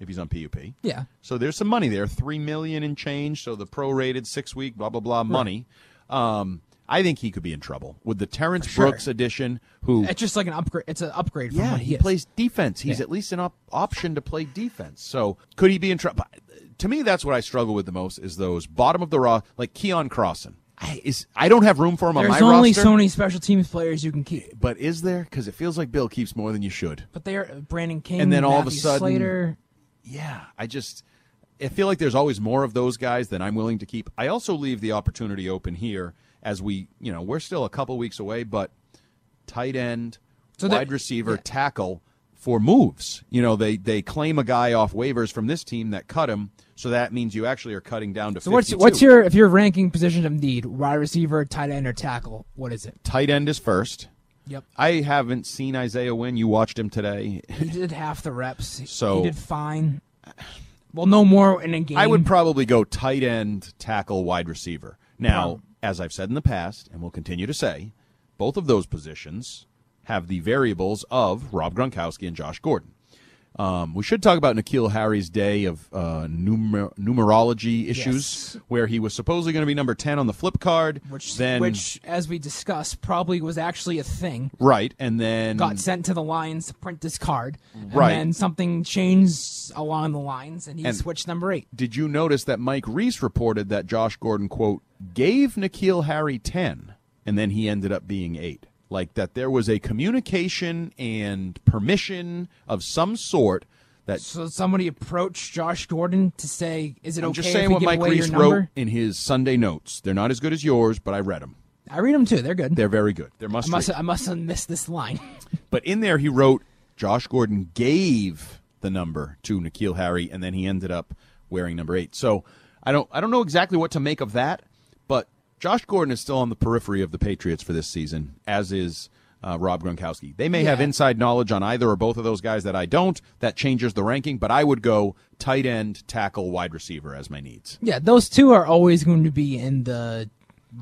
Speaker 4: if he's on PUP.
Speaker 3: Yeah.
Speaker 4: So there's some money there, three million in change. So the prorated six week, blah blah blah, money. Um, I think he could be in trouble with the Terrence
Speaker 3: sure.
Speaker 4: Brooks edition. Who
Speaker 3: It's just like an upgrade. It's an upgrade.
Speaker 4: yeah,
Speaker 3: from what
Speaker 4: he,
Speaker 3: he, is.
Speaker 4: plays defense. He's
Speaker 3: Yeah.
Speaker 4: at least an op- option to play defense. So could he be in trouble? To me, that's what I struggle with the most is those bottom of the raw, like Keon Crossan. I, is I don't have room for him
Speaker 3: There's
Speaker 4: on my
Speaker 3: only
Speaker 4: roster.
Speaker 3: so many special teams players you can keep,
Speaker 4: but is there? Because it feels like Bill keeps more than you should.
Speaker 3: but they are Brandon King
Speaker 4: And then all of a
Speaker 3: Matthew
Speaker 4: sudden-
Speaker 3: Slater.
Speaker 4: Yeah, I just I feel like there's always more of those guys than I'm willing to keep. I also leave the opportunity open here as we, you know, we're still a couple weeks away, but tight end,
Speaker 3: So that-
Speaker 4: wide receiver, tackle for moves. You know, they they claim a guy off waivers from this team that cut him, so that means you actually are cutting down to.
Speaker 3: So what's
Speaker 4: 52.
Speaker 3: what's your if you're ranking position of need wide receiver, tight end, or tackle? What is it?
Speaker 4: tight end is first?
Speaker 3: Yep.
Speaker 4: I haven't seen Isaiah Wynn. You watched him today.
Speaker 3: He did half the reps. He-
Speaker 4: So-
Speaker 3: he did fine. Well, no more in a game.
Speaker 4: I would probably go tight end, tackle, wide receiver. Now, as I've said in the past, and will continue to say, both of those positions have the variables of Rob Gronkowski and Josh Gordon. Um, we should talk about Nikhil Harry's day of uh, numer- numerology issues, where he was supposedly going to be number ten on the flip card,
Speaker 3: which
Speaker 4: then
Speaker 3: which as we discussed probably was actually a thing
Speaker 4: right, and then
Speaker 3: got sent to the lions to print this card and
Speaker 4: Right.
Speaker 3: then something changed along the lines and he
Speaker 4: And-
Speaker 3: switched number eight
Speaker 4: did you notice that Mike Reese reported that Josh Gordon quote gave Nikhil Harry ten, and then he ended up being eight? Like that, there was a communication and permission of some sort that
Speaker 3: so somebody approached josh gordon to say is it
Speaker 4: I'm
Speaker 3: okay
Speaker 4: just
Speaker 3: if
Speaker 4: saying
Speaker 3: we
Speaker 4: what
Speaker 3: give
Speaker 4: Mike
Speaker 3: away
Speaker 4: Reese
Speaker 3: your
Speaker 4: wrote
Speaker 3: number
Speaker 4: in his Sunday notes. They're not as good as yours, but I read them.
Speaker 3: i read them too they're good
Speaker 4: They're very good. They're
Speaker 3: I
Speaker 4: must.
Speaker 3: must,
Speaker 4: read.
Speaker 3: I must have missed this line.
Speaker 4: But in there, he wrote Josh Gordon gave the number to Nikhil Harry, and then he ended up wearing number eight. So I don't I don't know exactly what to make of that, but Josh Gordon is still on the periphery of the Patriots for this season, as is. Uh, Rob Gronkowski. They may have
Speaker 3: Yeah.
Speaker 4: inside knowledge on either or both of those guys that I don't. That changes the ranking, but I would go tight end, tackle, wide receiver as my needs.
Speaker 3: Yeah, those two are always going to be in the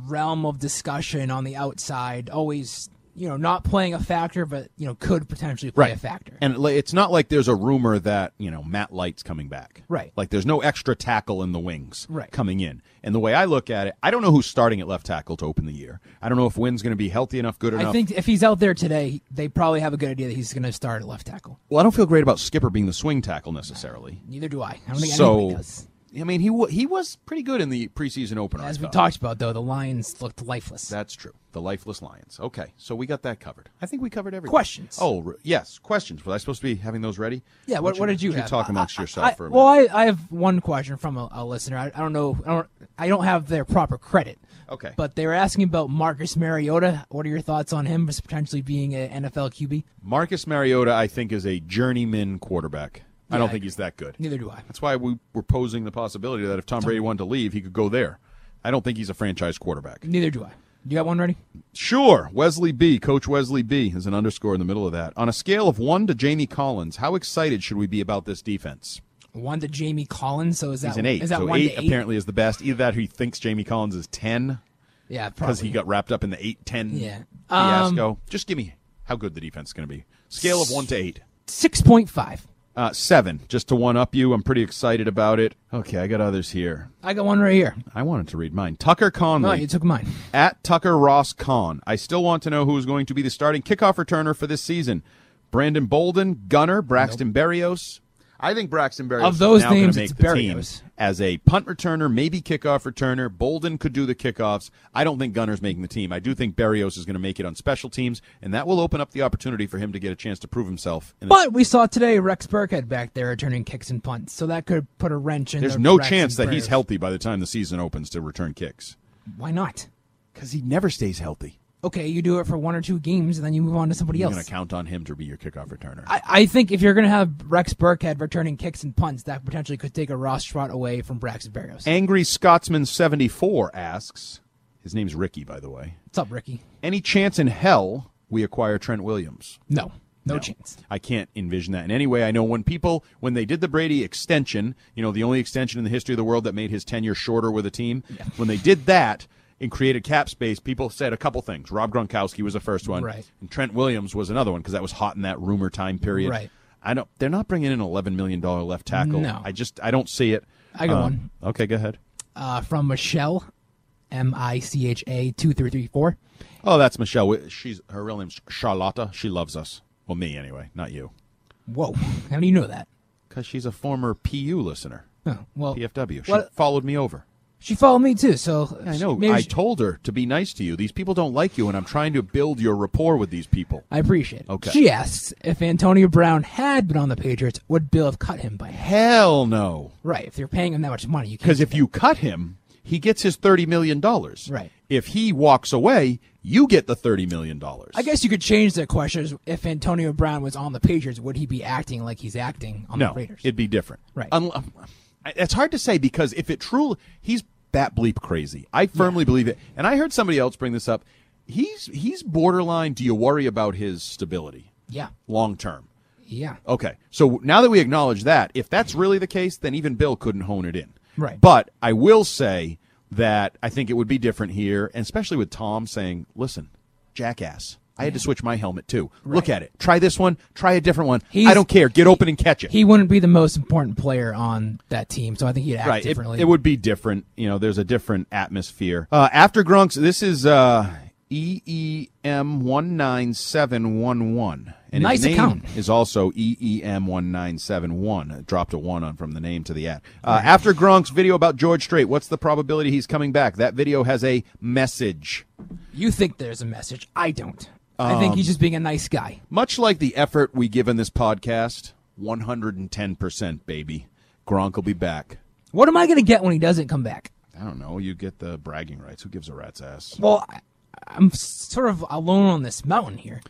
Speaker 3: realm of discussion on the outside. Always, you know, not playing a factor, but you know, could potentially play a factor.
Speaker 4: And li- it's not like there's a rumor that, you know, Matt Light's coming back.
Speaker 3: Right.
Speaker 4: Like there's no extra tackle in the wings
Speaker 3: Right.
Speaker 4: coming in. And the way I look at it, I don't know who's starting at left tackle to open the year. I don't know if Wynn's going to be healthy enough, good enough.
Speaker 3: I think if he's out there today, they probably have a good idea that he's going to start at left tackle.
Speaker 4: well, I don't feel great about Skipper being the swing tackle necessarily.
Speaker 3: Neither do I. I don't think anybody
Speaker 4: so,
Speaker 3: does.
Speaker 4: I mean, he, wa he was pretty good in the preseason opener.
Speaker 3: As
Speaker 4: I
Speaker 3: we
Speaker 4: thought.
Speaker 3: talked about, though, the Lions looked lifeless.
Speaker 4: That's true. The lifeless lions. Okay, so we got that covered. I think we covered everything.
Speaker 3: Questions?
Speaker 4: Oh r- yes, questions. Was I supposed to be having those ready?
Speaker 3: yeah.
Speaker 4: Why
Speaker 3: What,
Speaker 4: don't
Speaker 3: what did you
Speaker 4: why don't
Speaker 3: have?
Speaker 4: talk amongst
Speaker 3: I- I-
Speaker 4: yourself
Speaker 3: I-
Speaker 4: for a minute?
Speaker 3: well, I, I have one question from a, a listener. I, I don't know. I don't, I don't have their proper credit.
Speaker 4: Okay.
Speaker 3: But they were asking about Marcus Mariota. What are your thoughts on him as potentially being an NFL QB?
Speaker 4: Marcus Mariota, I think, is a journeyman quarterback. I
Speaker 3: Yeah,
Speaker 4: don't
Speaker 3: I
Speaker 4: think
Speaker 3: agree.
Speaker 4: he's that good.
Speaker 3: Neither do I.
Speaker 4: That's why we were posing the possibility that if Tom Brady wanted to leave, he could go there. I don't think he's a franchise quarterback.
Speaker 3: Neither do I. You got one ready?
Speaker 4: Sure, Wesley B, Coach Wesley B, is an underscore in the middle of that. On a scale of one to Jamie Collins, how excited should we be about this defense?
Speaker 3: One to Jamie Collins. So is that
Speaker 4: he's an eight.
Speaker 3: Is that
Speaker 4: so
Speaker 3: one
Speaker 4: eight,
Speaker 3: to eight?
Speaker 4: apparently is the best. Either that, or he thinks Jamie Collins is ten
Speaker 3: Yeah,
Speaker 4: because
Speaker 3: probably.
Speaker 4: he got wrapped up in the eight ten
Speaker 3: Yeah. Um,
Speaker 4: fiasco. Just give me how good the defense is going to be. Scale of one to eight.
Speaker 3: Six point five.
Speaker 4: Uh, seven, just to one up you. I'm pretty excited about it. Okay, I got others here.
Speaker 3: I got one right here.
Speaker 4: I wanted to read mine. Tucker
Speaker 3: No,
Speaker 4: Conley
Speaker 3: you took mine.
Speaker 4: at Tucker Ross Con. I still want to know who is going to be the starting kickoff returner for this season. Brandon Bolden, Gunner, Braxton Berrios. I think Braxton Berrios
Speaker 3: Of those
Speaker 4: is now gonna
Speaker 3: names,
Speaker 4: make
Speaker 3: it's
Speaker 4: the team
Speaker 3: Berrios.
Speaker 4: as a punt returner, maybe kickoff returner. Bolden could do the kickoffs. I don't think Gunner's making the team. I do think Barrios is going to make it on special teams, and that will open up the opportunity for him to get a chance to prove himself. In the-
Speaker 3: But we saw today Rex Burkhead back there returning kicks and punts, so that could put a wrench in.
Speaker 4: There's
Speaker 3: the
Speaker 4: no
Speaker 3: Rex
Speaker 4: chance
Speaker 3: and
Speaker 4: that he's
Speaker 3: Burrios.
Speaker 4: healthy by the time the season opens to return kicks.
Speaker 3: Why not?
Speaker 4: Because he never stays healthy.
Speaker 3: Okay, you do it for one or two games, and then you move on to somebody
Speaker 4: You're
Speaker 3: else.
Speaker 4: going to count on him to be your kickoff returner.
Speaker 3: I, I think if you're going to have Rex Burkhead returning kicks and punts, that potentially could take a Ross Trot away from Braxton Berrios.
Speaker 4: Angry Scotsman 74 asks, his name's Ricky, by the way.
Speaker 3: What's up, Ricky?
Speaker 4: Any chance in hell we acquire Trent Williams?
Speaker 3: No, no, chance.
Speaker 4: I can't envision that in any way. I know when people, when they did the Brady extension, you know, the only extension in the history of the world that made his tenure shorter with a team, when they did that and created cap space, people said a couple things. Rob Gronkowski was the first one,
Speaker 3: Right.
Speaker 4: and Trent Williams was another one because that was hot in that rumor time period.
Speaker 3: Right.
Speaker 4: I don't. They're not bringing in an eleven million dollar left tackle.
Speaker 3: No.
Speaker 4: I just I don't see it. Um,
Speaker 3: I got one.
Speaker 4: Okay, go ahead.
Speaker 3: Uh, from Michelle, M I C H A two three three four.
Speaker 4: Oh, that's Michelle. We- She's her real name's Charlotta. She loves us. Well, me anyway, not you,
Speaker 3: Whoa, how do you know that?
Speaker 4: because she's a former PU listener.
Speaker 3: Oh, well,
Speaker 4: PFW. She
Speaker 3: what-
Speaker 4: followed me over.
Speaker 3: She followed me too, so
Speaker 4: I know.
Speaker 3: Maybe
Speaker 4: I
Speaker 3: she-
Speaker 4: told her to be nice to you. These people don't like you, and I'm trying to build your rapport with these people.
Speaker 3: I appreciate it.
Speaker 4: Okay.
Speaker 3: She asks if Antonio Brown had been on the Patriots, would Bill have cut him by now?
Speaker 4: Hell no.
Speaker 3: Right, if you're paying him that much money, you can't.
Speaker 4: Because if you cut him, he gets his thirty million dollars.
Speaker 3: Right.
Speaker 4: If he walks away, you get the thirty million dollars.
Speaker 3: I guess you could change the question. is If Antonio Brown was on the Patriots, would he be acting like he's acting on
Speaker 4: no,
Speaker 3: the Raiders?
Speaker 4: it'd be different.
Speaker 3: Right.
Speaker 4: Unl- I- it's hard to say because if it truly, he's bat bleep crazy. I firmly believe it. And I heard somebody else bring this up. He's he's borderline. Do you worry about his stability
Speaker 3: Yeah,
Speaker 4: long term?
Speaker 3: yeah,
Speaker 4: Okay. So now that we acknowledge that, if that's really the case, then even Bill couldn't hone it in.
Speaker 3: Right.
Speaker 4: But I will say that I think it would be different here, and especially with Tom saying, listen, jackass. I had to switch my helmet too. Look at it. Try this one. Try a different one. I
Speaker 3: He's-
Speaker 4: don't care. Get open and catch it.
Speaker 3: He wouldn't be the most important player on that team, so I think he'd act
Speaker 4: right. It,
Speaker 3: differently.
Speaker 4: it would be different. You know, there's a different atmosphere. Uh, after Grunks, this is uh, E EEM19711. And
Speaker 3: Nice
Speaker 4: his name
Speaker 3: account.
Speaker 4: is also E EEM1971. I Dropped a one on from the name to the at. Uh, after Gronk's video about George Strait, what's the probability he's coming back? That video has a message.
Speaker 3: You think there's a message? I don't. I think
Speaker 4: Um,
Speaker 3: he's just being a nice guy.
Speaker 4: Much like the effort we give in this podcast, 110%, baby. Gronk will be back.
Speaker 3: What am I going to get when he doesn't come back?
Speaker 4: I don't know. You get the bragging rights. Who gives a rat's ass?
Speaker 3: Well, I, I'm sort of alone on this mountain here.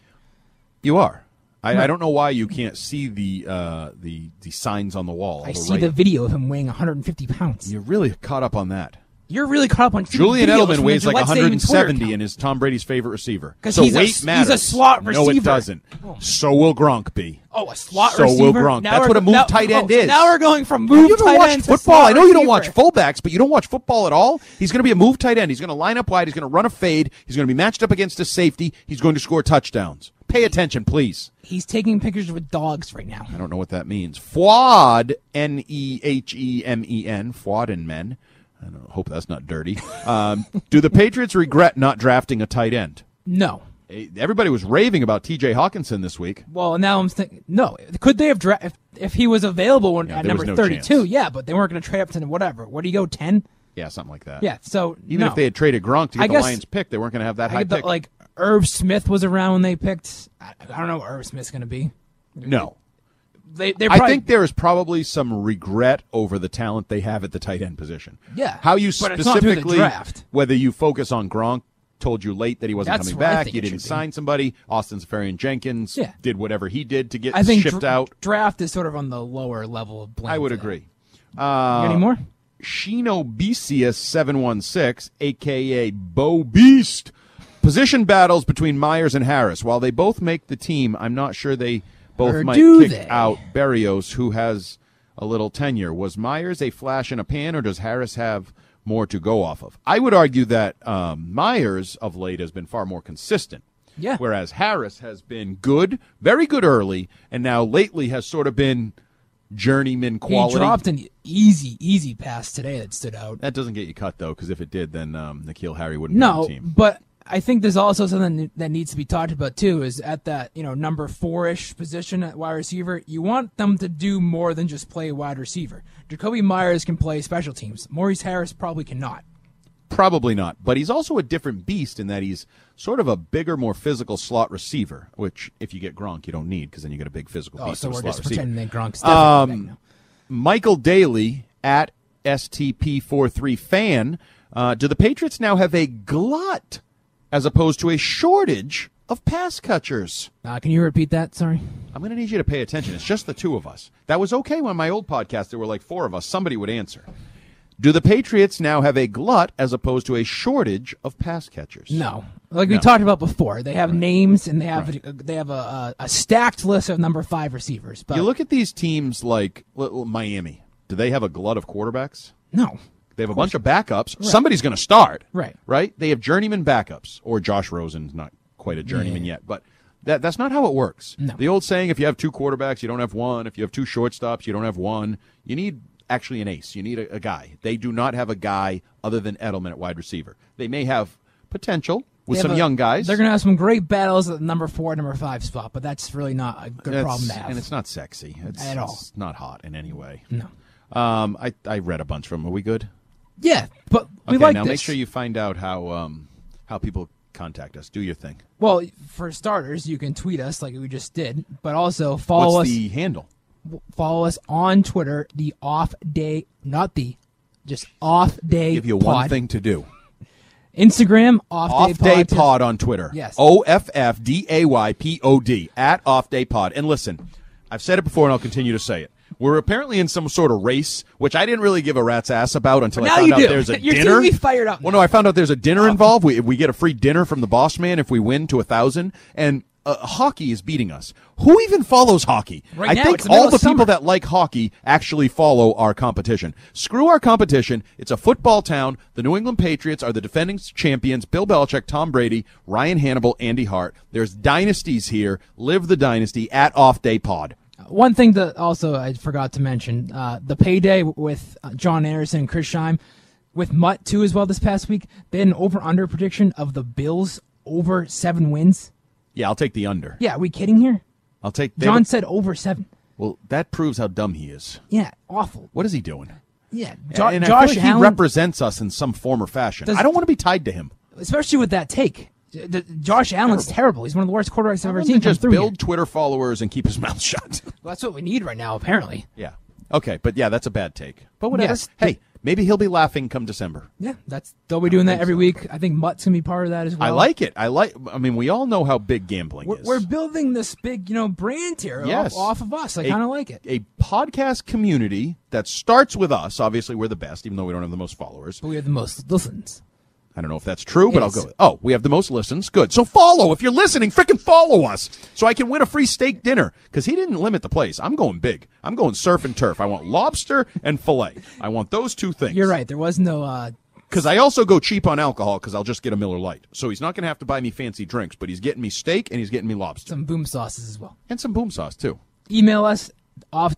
Speaker 4: You are. I,
Speaker 3: No.
Speaker 4: I don't know why you can't see the uh, the the signs on the wall.
Speaker 3: I see the video of him weighing 150 pounds.
Speaker 4: You're really caught up on that.
Speaker 3: You're really caught up on stupid
Speaker 4: Julian
Speaker 3: videos
Speaker 4: Edelman
Speaker 3: from
Speaker 4: weighs
Speaker 3: the
Speaker 4: like
Speaker 3: Gillette Stadium Twitter
Speaker 4: 170
Speaker 3: account.
Speaker 4: and is Tom Brady's favorite receiver.
Speaker 3: 'Cause
Speaker 4: so
Speaker 3: he's a-
Speaker 4: weight
Speaker 3: he's a
Speaker 4: matters.
Speaker 3: slot
Speaker 4: No, it
Speaker 3: receiver.
Speaker 4: doesn't. So will Gronk be.
Speaker 3: Oh, a slot
Speaker 4: so
Speaker 3: receiver.
Speaker 4: will Gronk.
Speaker 3: Now
Speaker 4: That's
Speaker 3: we're-
Speaker 4: what a move
Speaker 3: now-
Speaker 4: tight
Speaker 3: oh,
Speaker 4: end
Speaker 3: so
Speaker 4: is.
Speaker 3: now we're going from move
Speaker 4: you don't
Speaker 3: tight
Speaker 4: watch
Speaker 3: end to
Speaker 4: football.
Speaker 3: slot
Speaker 4: I know you don't
Speaker 3: receiver.
Speaker 4: watch fullbacks, but you don't watch football at all. He's going to be a move tight end. He's going to line up wide. He's going to run a fade. He's going to be matched up against a safety. He's going to score touchdowns. Pay attention, please.
Speaker 3: He's taking pictures with dogs right now.
Speaker 4: I don't know what that means. Fwad, N E H E M E N, Fwad and men. I don't hope that's not dirty. Um, do the Patriots regret not drafting a tight end?
Speaker 3: No.
Speaker 4: Eh, Everybody was raving about T.J. Hawkinson this week.
Speaker 3: Well, now I'm thinking, no. Could they have dra- if, if he was available when, at
Speaker 4: there was
Speaker 3: number
Speaker 4: no
Speaker 3: 32? Yeah, but they weren't going to trade up to whatever. What do you go 10?
Speaker 4: Yeah, something like that.
Speaker 3: Yeah, so
Speaker 4: even
Speaker 3: no.
Speaker 4: if they had traded Gronk to get
Speaker 3: I
Speaker 4: the
Speaker 3: guess-
Speaker 4: Lions pick, they weren't going to have that
Speaker 3: I
Speaker 4: high
Speaker 3: get the-
Speaker 4: pick.
Speaker 3: like Irv Smith was around when they picked. I, I don't know what Irv Smith's going to be.
Speaker 4: no,
Speaker 3: They they
Speaker 4: I
Speaker 3: probably
Speaker 4: think there is probably some regret over the talent they have at the tight end position.
Speaker 3: Yeah.
Speaker 4: how you
Speaker 3: But it's not through the
Speaker 4: specifically
Speaker 3: draft.
Speaker 4: whether you focus on Gronk told you late that he wasn't
Speaker 3: That's
Speaker 4: coming
Speaker 3: what I
Speaker 4: back,
Speaker 3: think
Speaker 4: you
Speaker 3: it
Speaker 4: didn't
Speaker 3: should be.
Speaker 4: sign somebody. Austin Safarian Jenkins
Speaker 3: Yeah.
Speaker 4: did whatever he did to get
Speaker 3: I think
Speaker 4: shipped
Speaker 3: dr-
Speaker 4: out.
Speaker 3: draft is sort of on the lower level of blame.
Speaker 4: I would
Speaker 3: for that.
Speaker 4: agree. Uh,
Speaker 3: any more?
Speaker 4: Shinobesius seven one six, aka Bo Beast. Position battles between Myers and Harris. While they both make the team, I'm not sure they both
Speaker 3: Or
Speaker 4: might
Speaker 3: do
Speaker 4: kick
Speaker 3: they?
Speaker 4: out Barrios, who has a little tenure. Was Myers a flash in a pan, or does Harris have more to go off of? I would argue that um, Myers of late has been far more consistent.
Speaker 3: Yeah.
Speaker 4: Whereas Harris has been good, very good early, and now lately has sort of been journeyman quality.
Speaker 3: He dropped an easy, easy pass today that stood out.
Speaker 4: That doesn't get you cut though, because if it did, then um, Nikhil Harry wouldn't be on
Speaker 3: No,
Speaker 4: the team.
Speaker 3: but I think there's also something that needs to be talked about too. Is at that you know number four ish position at wide receiver, you want them to do more than just play wide receiver. Jacoby Myers can play special teams. Maurice Harris probably cannot.
Speaker 4: Probably not, but he's also a different beast in that he's sort of a bigger, more physical slot receiver. Which, if you get Gronk, you don't need because then you get a big physical
Speaker 3: Oh,
Speaker 4: beast.
Speaker 3: so
Speaker 4: of a
Speaker 3: we're
Speaker 4: slot
Speaker 3: just
Speaker 4: receiver.
Speaker 3: pretending that Gronk's definitely
Speaker 4: Um, Michael Daly at STP43 fan. Uh, do the Patriots now have a glut as opposed to a shortage of pass catchers?
Speaker 3: Uh, can you repeat that? Sorry.
Speaker 4: I'm going to need you to pay attention. It's just the two of us. That was okay when my old podcast, there were like four of us. Somebody would answer. Do the Patriots now have a glut as opposed to a shortage of pass catchers?
Speaker 3: No, like we
Speaker 4: No.
Speaker 3: talked about before, they have names and they have they have a, a, a stacked list of number five receivers. But
Speaker 4: you look at these teams like li- li- Miami. Do they have a glut of quarterbacks?
Speaker 3: No.
Speaker 4: They have a
Speaker 3: Of course
Speaker 4: bunch of backups. Somebody's going to start.
Speaker 3: Right.
Speaker 4: Right? They have journeyman backups, or Josh Rosen's not quite a journeyman yet, but that that's not how it works. The old saying: if you have two quarterbacks, you don't have one. If you have two shortstops, you don't have one. You need actually an ace. You need a, a guy. They do not have a guy other than Edelman at wide receiver. They may have potential
Speaker 3: They
Speaker 4: with
Speaker 3: have
Speaker 4: some
Speaker 3: a-
Speaker 4: young guys.
Speaker 3: they're gonna have some great battles at the number four, number five spot. But that's really not a good
Speaker 4: That's-
Speaker 3: problem to have.
Speaker 4: And it's not sexy it's,
Speaker 3: At all.
Speaker 4: It's not hot in any way.
Speaker 3: No.
Speaker 4: Um, I I read a bunch from. Are we good?
Speaker 3: yeah, but we
Speaker 4: okay,
Speaker 3: like
Speaker 4: now
Speaker 3: this.
Speaker 4: make sure you find out how um how people contact us. Do your thing.
Speaker 3: well, for starters, you can tweet us like we just did, but also follow
Speaker 4: What's
Speaker 3: Oh, us.
Speaker 4: the handle?
Speaker 3: follow us on Twitter. The off day, not the, just off day.
Speaker 4: Give you
Speaker 3: pod.
Speaker 4: one thing to do.
Speaker 3: Instagram off,
Speaker 4: Off Day
Speaker 3: Podcast.
Speaker 4: Pod on Twitter.
Speaker 3: Yes.
Speaker 4: O F F D A Y P O D at Off Day Pod. And listen, I've said it before, and I'll continue to say it. We're apparently in some sort of race, which I didn't really give a rat's ass about until
Speaker 3: Now
Speaker 4: I found
Speaker 3: you
Speaker 4: out
Speaker 3: do.
Speaker 4: there's a
Speaker 3: You're keeping
Speaker 4: dinner.
Speaker 3: me fired up
Speaker 4: Well, no, I found out there's a dinner involved. We we get a free dinner from the boss man if we win to a thousand. And uh, hockey is beating us. Who even follows hockey?
Speaker 3: Right
Speaker 4: I
Speaker 3: now,
Speaker 4: think
Speaker 3: it's the middle
Speaker 4: all
Speaker 3: of
Speaker 4: the
Speaker 3: summer.
Speaker 4: people that like hockey actually follow our competition. Screw our competition. It's a football town. The New England Patriots are the defending champions. Bill Belichick, Tom Brady, Ryan Hannibal, Andy Hart. There's dynasties here. Live the dynasty at Off Day Pod.
Speaker 3: One thing that also I forgot to mention: uh, the payday with uh, John Anderson and Chris Scheim, with Mutt too as well this past week. They had an over/under prediction of the Bills over seven wins.
Speaker 4: Yeah, I'll take the under.
Speaker 3: Yeah, are we kidding here?
Speaker 4: I'll take they
Speaker 3: John
Speaker 4: would-
Speaker 3: said over seven.
Speaker 4: Well, that proves how dumb he is.
Speaker 3: Yeah, awful.
Speaker 4: What is he doing?
Speaker 3: Yeah,
Speaker 4: And-
Speaker 3: jo-
Speaker 4: and I feel
Speaker 3: Josh
Speaker 4: like
Speaker 3: Allen,
Speaker 4: he represents us in some form or fashion.
Speaker 3: Does-
Speaker 4: I don't want to be tied to him.
Speaker 3: especially with that take. J- the- Josh Allen's terrible. He's one of the worst quarterbacks I've ever
Speaker 4: Let
Speaker 3: seen.
Speaker 4: him
Speaker 3: Come
Speaker 4: just
Speaker 3: through
Speaker 4: build
Speaker 3: here.
Speaker 4: Twitter followers and keep his mouth shut.
Speaker 3: Well, that's what we need right now, apparently.
Speaker 4: yeah. Okay, but yeah, that's a bad take. But whatever.
Speaker 3: Yes.
Speaker 4: Hey, maybe he'll be laughing come December.
Speaker 3: Yeah, that's they'll be doing that every week. I think Mutt's gonna be part of that as well.
Speaker 4: I like it. I like. I mean, we all know how big gambling
Speaker 3: We're,
Speaker 4: is.
Speaker 3: we're building this big, you know, brand here
Speaker 4: Yes.
Speaker 3: off, off of us. I
Speaker 4: A-
Speaker 3: kind of like it.
Speaker 4: A podcast community that starts with us. Obviously, we're the best, even though we don't have the most followers.
Speaker 3: But we have the most listens.
Speaker 4: I don't know if that's true, but I'll
Speaker 3: Yes.
Speaker 4: go. With, oh, we have the most listens. Good. So follow if you're listening. Freaking follow us, so I can win a free steak dinner. Because he didn't limit the place. I'm going big. I'm going surf and turf. I want lobster and fillet. I want those two things.
Speaker 3: You're right. There was no. uh
Speaker 4: Because I also go cheap on alcohol because I'll just get a Miller Light. So he's not going to have to buy me fancy drinks, but he's getting me steak and he's getting me lobster
Speaker 3: Some boom sauces as well.
Speaker 4: and some boom sauce too.
Speaker 3: Email us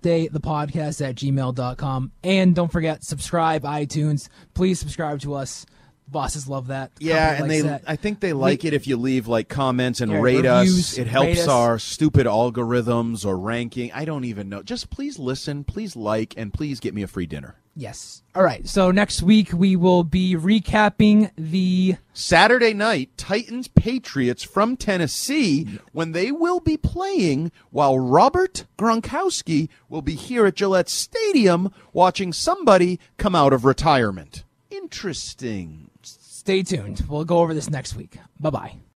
Speaker 3: offdaythepodcast at gmail.com. And don't forget, subscribe iTunes. Please subscribe to us. Bosses love that. The
Speaker 4: Yeah, and
Speaker 3: company
Speaker 4: they
Speaker 3: likes that.
Speaker 4: I think they like it if you leave like comments and
Speaker 3: Yeah,
Speaker 4: rate
Speaker 3: reviews,
Speaker 4: us. It helps
Speaker 3: rate us.
Speaker 4: our stupid algorithms or ranking. I don't even know. Just please listen, please like, and please get me a free dinner.
Speaker 3: Yes. All right. So next week we will be recapping the
Speaker 4: Saturday night, Titans Patriots from Tennessee, when they will be playing while Robert Gronkowski will be here at Gillette Stadium watching somebody come out of retirement. Interesting.
Speaker 3: Stay tuned. We'll go over this next week. Bye bye.